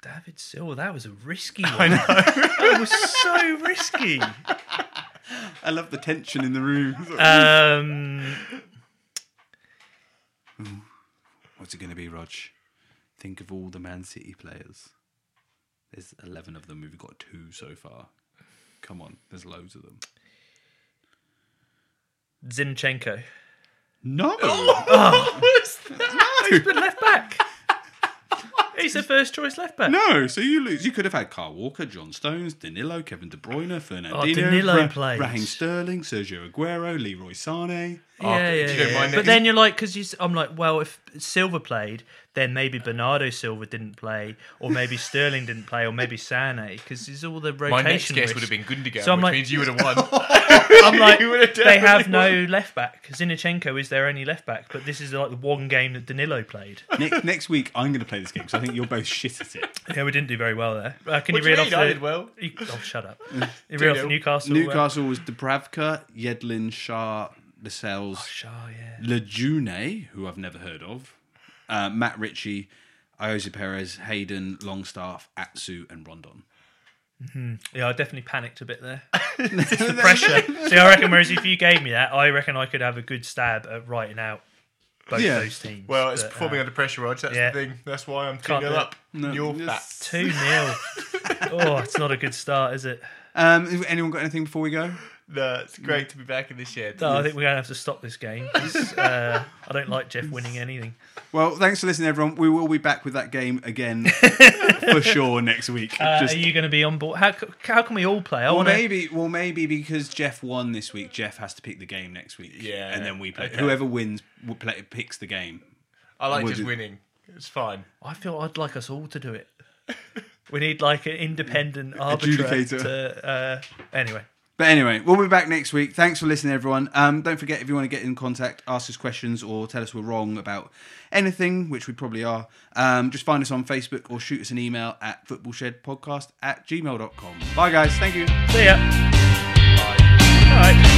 B: David Silva. That was a risky one. I know. that was so risky.
A: I love the tension in the room.
B: Um,
A: What's it going to be, Rog? Think of all the Man City players. There's 11 of them. We've got two so far. Come on, there's loads of them.
B: Zinchenko.
A: No.
B: He's been left back. He's the first choice left back.
A: No, so you lose. You could have had Carl Walker, John Stones, Danilo, Kevin De Bruyne, Fernandinho,
B: Danilo
A: Ra-
B: played.
A: Raheem Sterling, Sergio Aguero, Leroy Sane.
B: Yeah, yeah,
C: Oh, do you
B: yeah.
C: don't mind
B: But
C: it?
B: then you're like, because I'm like, well, if Silva played, then maybe Bernardo Silva didn't play, or maybe Sterling didn't play, or maybe Sane, because there's all the rotation.
C: My next guess
B: risk.
C: would have been Gundogan,
B: So I'm
C: which
B: like-
C: means you would have won.
B: I'm like,
C: You would have
B: they have
C: definitely
B: no left back. Zinchenko is their only left back, but this is like the one game that Danilo played.
A: Next, next week, I'm going to play this game because I think you're both shit at it.
B: Yeah, we didn't do very well there. Uh, can you
C: What do you
B: read off
C: mean?
B: the?
C: I did well.
B: You- oh, shut up. You read off the
C: Two-nil.
B: Newcastle. uh,
A: Newcastle was Dubravka, Yedlin, Shah, Lascelles,
B: Shaw, yeah.
A: Lejune, who I've never heard of, uh, Matt Ritchie, Iose Perez, Hayden, Longstaff, Atsu, and Rondon.
B: Yeah, I definitely panicked a bit there. the pressure. See, I reckon. Whereas if you gave me that, I reckon I could have a good stab at writing out both
A: Yeah.
B: those teams.
C: Well, it's
B: but, uh,
C: performing under pressure, Rog. That's
B: yeah.
C: the thing. That's why I'm 2
B: Can't
C: 0
B: do it.
C: up. You're
A: yes.
C: fat.
B: two 0 Oh, it's not a good start, is it?
A: Um, has anyone got anything before we go?
C: No, it's great to be back in the shed.
B: No, I think we're going to have to stop this game. 'cause, Uh, I don't like Jeff winning anything.
A: Well, thanks for listening, everyone. We will be back with that game again for sure next week.
B: Uh,
A: Just-
B: are you going to be on board? How, c- how can we all play? I
A: well,
B: want to.
A: maybe, well, maybe because Jeff won this week, Jeff has to pick the game next week.
C: Yeah.
A: and then we play.
C: Okay.
A: Whoever wins will play, picks the game.
C: I like
A: Would
C: just
A: it-
C: winning. It's fine.
B: I feel I'd like us all to do it. We need like an independent arbitrator.
A: Adjudicator.
B: To, uh, anyway.
A: But anyway, we'll be back next week. Thanks for listening, everyone. Um, don't forget if you want to get in contact, ask us questions, or tell us we're wrong about anything, which we probably are. Um, just find us on Facebook or shoot us an email at footballshedpodcast at gmail.com. Bye, guys. Thank you.
B: See ya. Bye. All right.